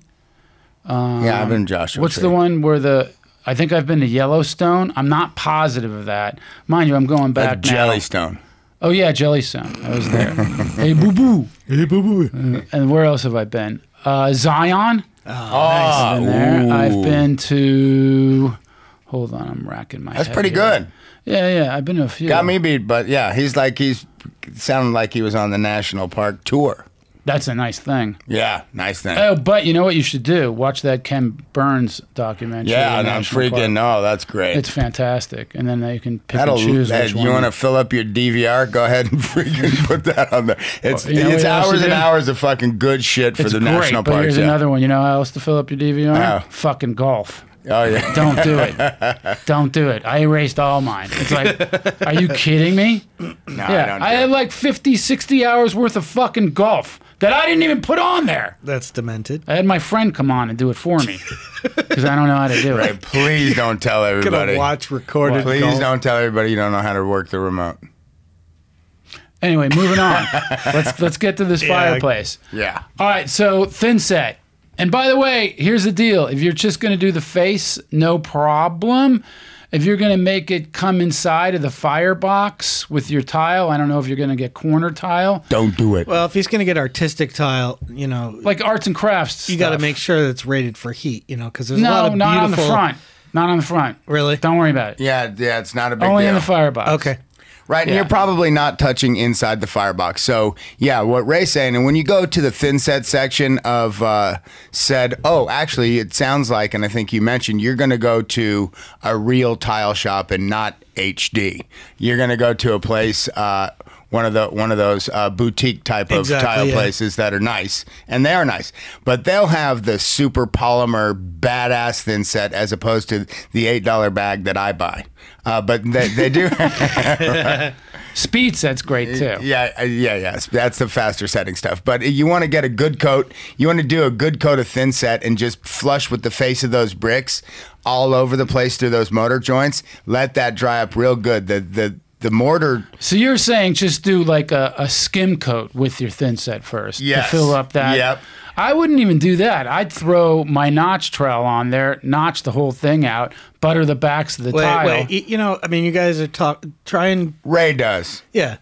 C: yeah, I've been to
A: Uh,
C: Joshua.
A: What's
C: Tree.
A: the one where the? I think I've been to Yellowstone. I'm not positive of that. Mind you, I'm going
C: That's
A: back now.
C: Jellystone.
A: Oh yeah, Jellystone. I was there. hey boo boo. Hey boo boo. And where else have I been? Uh, Zion.
C: Oh,
A: been there. I've
C: ooh.
A: been to. Hold on, I'm racking my.
C: That's
A: head
C: pretty
A: here.
C: good.
A: Yeah, yeah. I've been to a few.
C: Got me beat, but yeah, he's like he's sounded like he was on the national park tour.
A: That's a nice thing.
C: Yeah, nice thing.
A: Oh, but you know what you should do? Watch that Ken Burns documentary.
C: yeah,
A: on
C: and I'm
A: National Park.
C: freaking. Oh, that's great.
A: It's fantastic, and then you can pick
C: That'll,
A: and choose
C: that-
A: which
C: you
A: one.
C: want to fill up your DVR? Go ahead and <laughs> freaking put that on there. It's
A: You know
C: it's
A: what else
C: hours
A: to
C: and
A: do?
C: hours of fucking good shit for
A: it's
C: the
A: great,
C: national
A: but
C: parks.
A: here's
C: yeah.
A: another one. You know how else to fill up your DVR?
C: How?
A: Fucking golf.
C: Oh
A: <laughs>
C: yeah.
A: Don't do it.
C: <laughs>
A: Don't do it. I erased all mine. It's like, are you kidding me?
C: No,
A: yeah, I,
C: do
A: had
C: it.
A: like 50, 60 hours worth of fucking golf that I didn't even put on there.
B: That's demented.
A: I had my friend come on and do it for
B: <laughs>
A: me because I don't know how to do it.
C: Please don't tell everybody.
B: Gonna watch recorded.
C: Please
B: golf.
C: don't tell everybody you don't know how to work the remote.
A: Anyway, moving
B: <laughs>
A: on. let's let's get to this fireplace.
C: Yeah.
A: All right, so thin set. And by the way, here's the deal. If you're just going to do the face, no problem. If you're going to make it come inside of the firebox with your tile, I don't know if you're going to get corner tile,
C: Don't do it.
B: Well, if he's gonna get artistic tile, you know,
A: like arts and crafts.
B: you got to
A: stuff.
B: make sure that's rated for heat. You know, because there's a lot
A: No,
B: of
A: not on the
B: beautiful.
A: front. Not on the front.
B: Really?
A: Don't worry about it.
C: yeah, yeah, it's not a big
A: Only
C: deal.
A: in the firebox.
B: Okay.
C: Right, and
A: Yeah.
C: you're probably not touching inside the firebox. So, yeah, what Ray's saying, and when you go to the thin set section of uh, said, oh, actually, it sounds like, and I think you mentioned, you're going to go to a real tile shop and not HD. You're going to go to a place, uh, one of the one of those uh, boutique type of
B: Exactly,
C: tile
B: yeah.
C: places that are nice, and they are nice, but they'll have the super polymer badass thin set as opposed to the eight dollar bag that I buy. Uh, but they, they do.
B: <laughs>
A: Speed set's great too.
C: Yeah, uh, yeah, yeah. That's the faster setting stuff. But you want to get a good coat. You want to do a good coat of thin set and just flush with the face of those bricks all over the place through those motor joints. Let that dry up real good. The the the mortar.
A: So you're saying just do like a, a skim coat with your thin set first
C: Yes.
A: to fill up that.
C: Yep.
A: I wouldn't even do that. I'd throw my notch trowel on there, notch the whole thing out, butter the backs of the
B: Wait,
A: tile.
B: wait. y- You know, I mean, you guys are talk trying.
C: Ray does.
B: Yeah.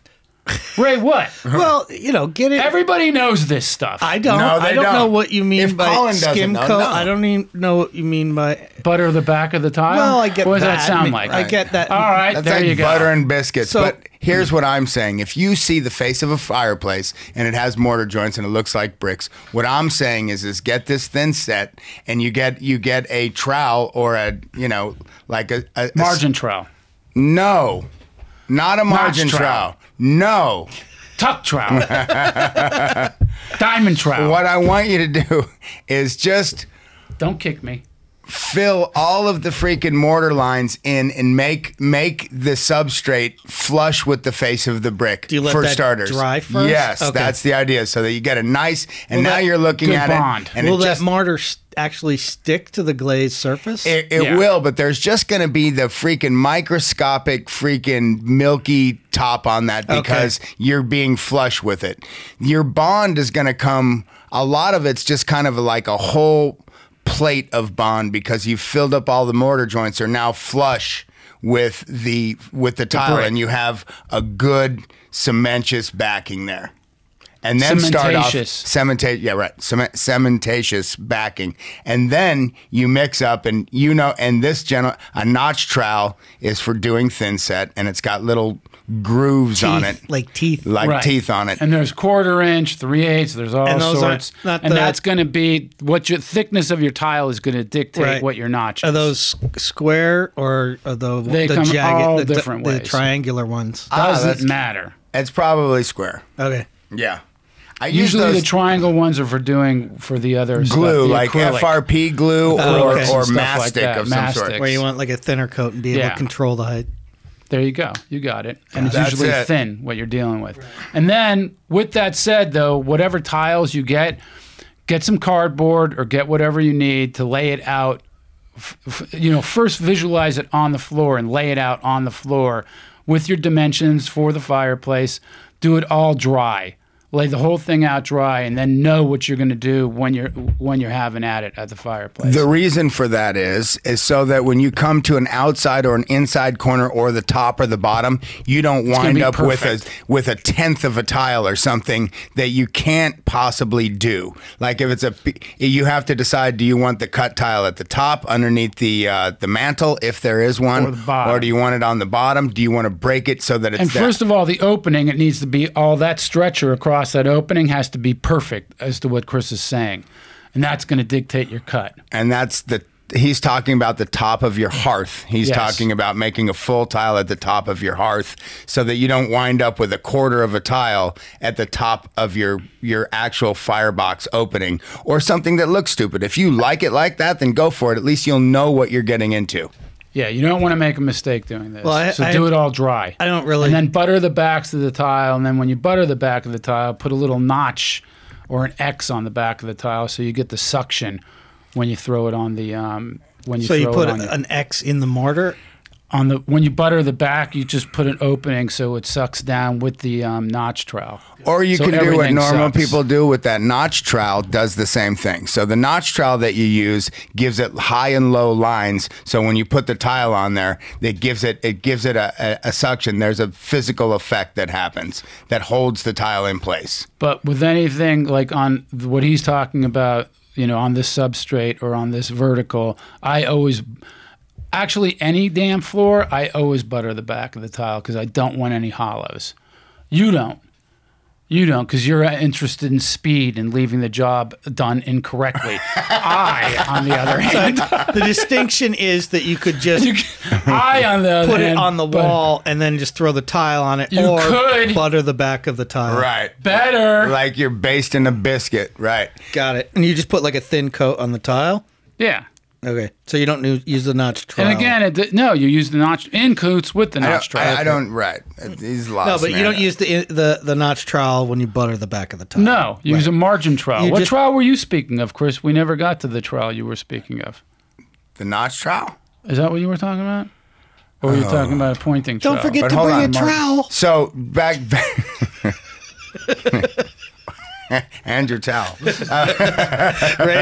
A: Ray, what?
B: Well, you know, get it.
A: Everybody knows this stuff.
B: I don't.
C: No, they
B: I don't,
C: don't.
B: know what you mean
C: If
B: by
C: Colin doesn't
B: skim
C: know,
B: coat.
C: no.
B: I don't even know what you mean by.
A: butter the back of the tile.
B: Well, I get
A: What does
B: that.
A: that, sound
B: I mean,
A: like?
B: I get that.
A: All right,
C: That's
A: there
C: like
A: you go.
C: butter and biscuits.
B: So-
C: but here's what I'm saying. If you see the face of a fireplace and it has mortar joints and it looks like bricks, what I'm saying is is get this thin set and you get you get a trowel or a you know, like a, a- a
A: Margin trowel,
C: No, not a margin
A: trowel.
C: trowel. No.
A: tuck
B: <laughs>
A: trowel, diamond trowel.
C: What I want you to do <laughs> is just
A: Don't kick me.
C: fill all of the freaking mortar lines in and make make the substrate flush with the face of the brick
B: Do you let
C: for
B: that
C: starters.
B: dry first?
C: Yes,
B: Okay.
C: that's the idea. So that you get a nice and
B: Will
C: now
B: that-
C: you're looking
A: Good
C: at
A: bond.
C: it and
B: Will that
C: it just
B: mortar s- actually stick to the glazed surface?
C: It, it
A: Yeah.
C: will, but there's just going to be the freaking microscopic, freaking milky top on that because you're being flush with it. Your bond is going to come, a lot of it's just kind of like a whole plate of bond because you've filled up all the mortar joints are now flush with the with the tile
A: brick.
C: and you have a good cementitious backing there and then start off
A: Cementatious.
C: cementate yeah right cement, cementatious backing and then you mix up and you know and this general a notch trowel is for doing thin set and it's got little grooves on it
B: Teeth, like teeth.
C: like
A: Right.
C: teeth on it
A: And there's quarter inch, three eighths. There's all
B: And those aren't-
A: sorts.
B: not
A: and
B: the-
A: that's going to be what your thickness of your tile is going to dictate
B: Right.
A: what your notch.
B: Are
A: is.
B: those s- square or are the
A: They
B: the
A: come
B: jagged,
A: all
B: the, the-
A: different
B: the
A: ways.
B: triangular ones?
A: doesn't
C: Ah, that's-
A: matter.
C: it's probably square
B: Okay.
C: yeah i
A: Usually
C: use
A: the
C: those
A: triangle ones are for doing for the other
C: glue like
A: stuff, the acrylic.
C: frp glue
B: Oh,
C: or,
B: okay.
C: or
A: Stuff like
C: mastic
A: that,
C: of some
A: mastic.
C: sort
B: Where you want like a thinner coat and be able
A: Yeah.
B: to control the height.
A: There you go. You got it. And it's
C: That's
A: usually
C: it.
A: thin what you're dealing with. And then with that said though, whatever tiles you get, get some cardboard or get whatever you need to lay it out. F- f- you know, first visualize it on the floor and lay it out on the floor with your dimensions for the fireplace. Do it all dry. Lay the whole thing out dry and then know what you're going to do when you're when you're having at it at the fireplace.
C: The reason for that is is so that when you come to an outside or an inside corner or the top or the bottom, you don't wind
A: be
C: up
A: perfect.
C: with a with a tenth of a tile or something that you can't possibly do. Like if it's a, p- you have to decide: do you want the cut tile at the top, underneath the uh, the mantle, if there is one,
A: Or the bottom.
C: do you want it on the bottom? Do you want to break it so that it's
A: And
C: that-
A: first of all, the opening, it needs to be all that stretcher across that opening has to be perfect as to what Chris is saying. And that's going to dictate your cut.
C: and that's the he's talking about the top of your hearth he's
A: Yes.
C: talking about making a full tile at the top of your hearth so that you don't wind up with a quarter of a tile at the top of your your actual firebox opening or something that looks stupid if you like it like that then go for it at least you'll know what you're getting into
A: Yeah, you don't want to make a mistake doing this.
B: Well, I-
A: so
B: I-
A: do it all dry.
B: I don't really-
A: And then butter the backs of the tile. And then when you butter the back of the tile, put a little notch or an X on the back of the tile, so you get the suction when you throw it on the um, when you
B: so you
A: throw
B: put
A: it on your-
B: an X in the mortar.
A: on the when you butter the back, you just put an opening so it sucks down with the um, notch trowel.
C: Or you
A: So
C: can do what
A: everything
C: normal
A: sucks.
C: people do with that notch trowel does the same thing. So the notch trowel that you use gives it high and low lines. So when you put the tile on there, it gives it it gives it a, a, a suction. There's a physical effect that happens that holds the tile in place.
A: But with anything like on th- what he's talking about, you know, on this substrate or on this vertical, I always actually any damn floor, I always butter the back of the tile because I don't want any hollows. You don't. You don't because you're uh, interested in speed and leaving the job done
B: <laughs>
A: incorrectly. I, on the other hand,
B: The distinction <laughs> is that you could just
A: I on the other
B: put it
A: hand,
B: on the
A: but
B: wall and then just throw the tile on it,
A: You
B: or
A: could.
B: butter the back of the tile.
C: Right.
A: Better.
C: Like you're based in a biscuit. Right.
B: Got it. And you just put like a thin coat on the tile.
A: yeah.
B: Okay. So you don't nu- use the notch trowel.
A: And again, it, di- no, you use the notch in coots with the
C: I
A: notch
C: don't,
A: trowel.
C: I, I don't right. He's lost.
B: no, but you
C: man.
B: don't use the the the notch trowel when you butter the back of the tile.
A: No, you use a margin trial.
B: You
A: what
B: just-
A: trial were you speaking of, Chris? We never got to the trial you were speaking of.
C: the notch trowel.
A: Is that what you were talking about? Or were you talking about a pointing
B: Don't
A: trowel?
B: forget
C: Uh, But
B: to
C: hold
B: bring
C: on,
B: a
C: Mark.
B: trowel.
C: So
A: <laughs>
C: back, <laughs> and your towel.
B: <laughs> Ray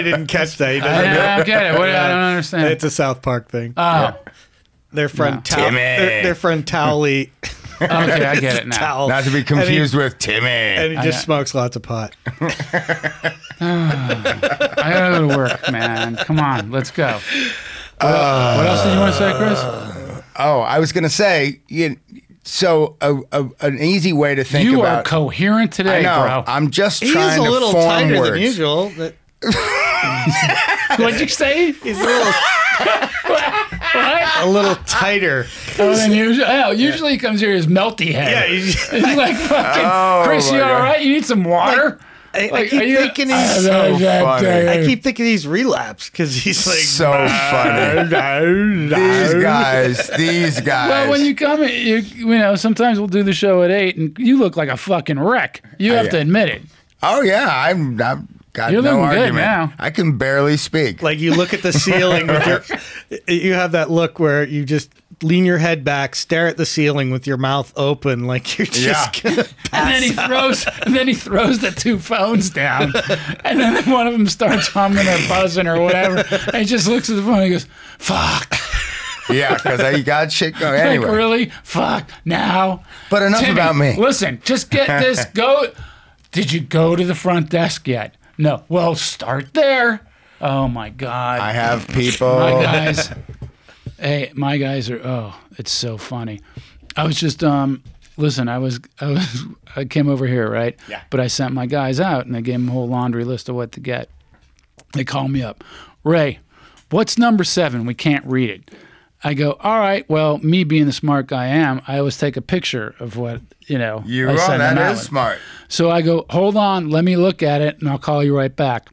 B: didn't catch that.
A: <laughs>
B: He
A: I, don't- I don't get it. What, I don't
B: It's
A: understand.
B: a South Park thing.
A: Oh,
B: their friend Towley.
C: Timmy.
B: Their, their
A: <laughs>
B: friend Towley.
A: okay,
C: <laughs>
A: I get it
B: <laughs>
A: now.
B: Towel.
C: Not to be confused with Timmy.
B: And he, and he
A: I-
B: just smokes lots of pot.
A: I gotta go to work, man. Come on, let's go. What, what else did you want to say, Chris?
C: Oh, I was gonna say. You, so a, a, an easy way to think
A: You are
C: about.
A: coherent today,
C: I know.
A: bro.
C: I'm
B: <laughs>
C: just
B: He is
C: trying
B: a
C: to
B: little
C: form
B: tighter
C: words.
B: than usual. but
A: What'd you
C: <laughs>
A: say?
B: He's a little,
A: What?
B: a little tighter. <laughs>
A: Oh, and usually, oh, usually he comes here as melty head. <laughs>
B: Yeah, he's-
A: It's like fucking
C: <laughs> Oh,
A: Chris,
C: my
A: you all
C: God.
A: right? You need some water?
B: <laughs> I, I
A: Like,
B: keep
A: are you-
B: thinking
A: I
B: he's.
A: know,
C: so
A: that,
C: funny.
A: uh,
B: I keep thinking he's relapsed because he's like. <laughs>
C: So
A: <laughs>
C: funny. These guys. These guys.
A: Well, when you come, in, you you know, sometimes we'll do the show at eight, and you look like a fucking wreck. You have to
C: yeah.
A: admit it.
C: oh yeah, I'm. I've got
A: You're
C: no
A: looking good
C: argument.
A: now.
C: I can barely speak.
B: like you look at the ceiling with your, you have that look where you just lean your head back, stare at the ceiling with your mouth open, like you're just
C: Yeah.
B: gonna
A: And then
B: pass
A: he
B: out.
A: throws, and then he throws the two phones down, and then <laughs> one of them starts humming or buzzing or whatever, and he just looks at the phone and he goes, "Fuck." <laughs>
C: yeah, because I got shit going. Anyway.
A: Like really? Fuck now.
C: But enough
A: Timmy,
C: about me.
A: Listen, just get
C: <laughs>
A: this. Go. Did you go to the front desk yet? No. Well, start there. Oh my god.
C: I have people.
A: my guys. Oh. <laughs> hey, my guys are. Oh, it's so funny. I was just um. Listen, I was I was <laughs> I came over here right. Yeah. But I sent my guys out and I gave them a whole laundry list of what to get. They call me up, Ray. What's number seven? We can't read it. I go, all right. Well, me being the smart guy I am, I always take a picture of what you know.
C: You
A: I
C: are.
A: send them
C: That
A: out
C: is
A: with.
C: smart.
A: So I go, hold on, let me look at it, and I'll call you right back.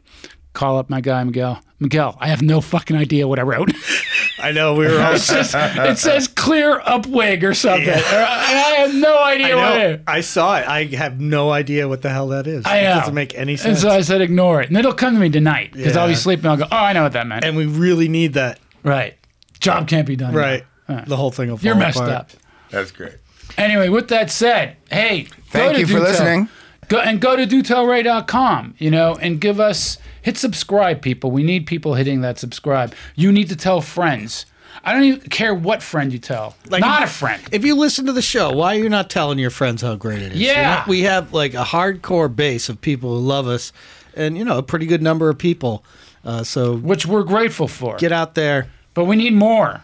A: Call up my guy Miguel. Miguel, I have no fucking idea what I wrote. <laughs>
B: I know we were all.
A: it, says, it says clear upwig or something, Or- and I have no
B: I,
A: idea what it
B: know,
A: is.
B: I saw it. I have no idea what the hell that is.
A: I uh,
B: it
A: know.
B: doesn't make any
A: And
B: sense.
A: so I said, ignore it, and it'll come to me tonight because I'll be
B: Yeah.
A: sleeping. I'll go, oh, I know what that meant.
B: and we really need that,
A: right, job can't be done. now.
B: right? The whole thing will fall
A: You're messed
B: apart.
A: up.
C: That's great.
A: Anyway, with that said, hey,
C: Thank
A: go
C: you
A: to
C: for
A: Dutel.
C: listening.
A: Go and go to dutelray.com, you know, and give us hit subscribe, people. We need people hitting that subscribe. You need to tell friends. I don't even care what friend you tell. Not a friend.
B: If you listen to the show, why are you not telling your friends how great it is? You
A: Yeah.
B: know, we have like a hardcore base of people who love us, and you know a pretty good number of people. Uh, so
A: which we're grateful for.
B: get out there.
A: but we need more.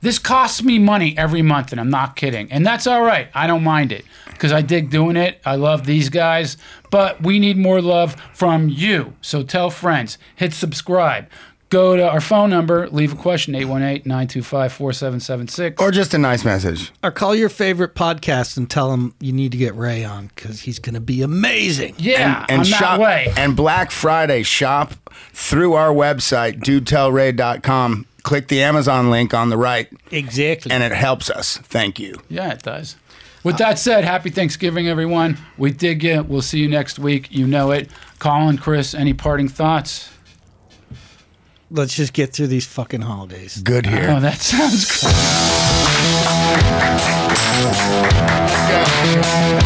A: This costs me money every month, and I'm not kidding. And that's all right. I don't mind it because I dig doing it. I love these guys, but we need more love from you. So tell friends, hit subscribe, go to our phone number, leave a question 818 925 4776.
C: Or just a nice message.
B: Or call your favorite podcast and tell them you need to get Ray on because he's going to be amazing.
A: Yeah,
C: and
A: on
C: shop
A: that way.
C: and Black Friday shop through our website dudetelray.com. Click the Amazon link on the right
B: Exactly.
C: and it helps us. Thank you.
A: Yeah, it does. With that said, happy Thanksgiving, everyone. We dig you. We'll see you next week. You know it. Colin, Chris, any parting thoughts?
B: Let's just get through these fucking holidays.
C: Good here.
A: Oh, <laughs> that sounds. Cr-
C: Yeah.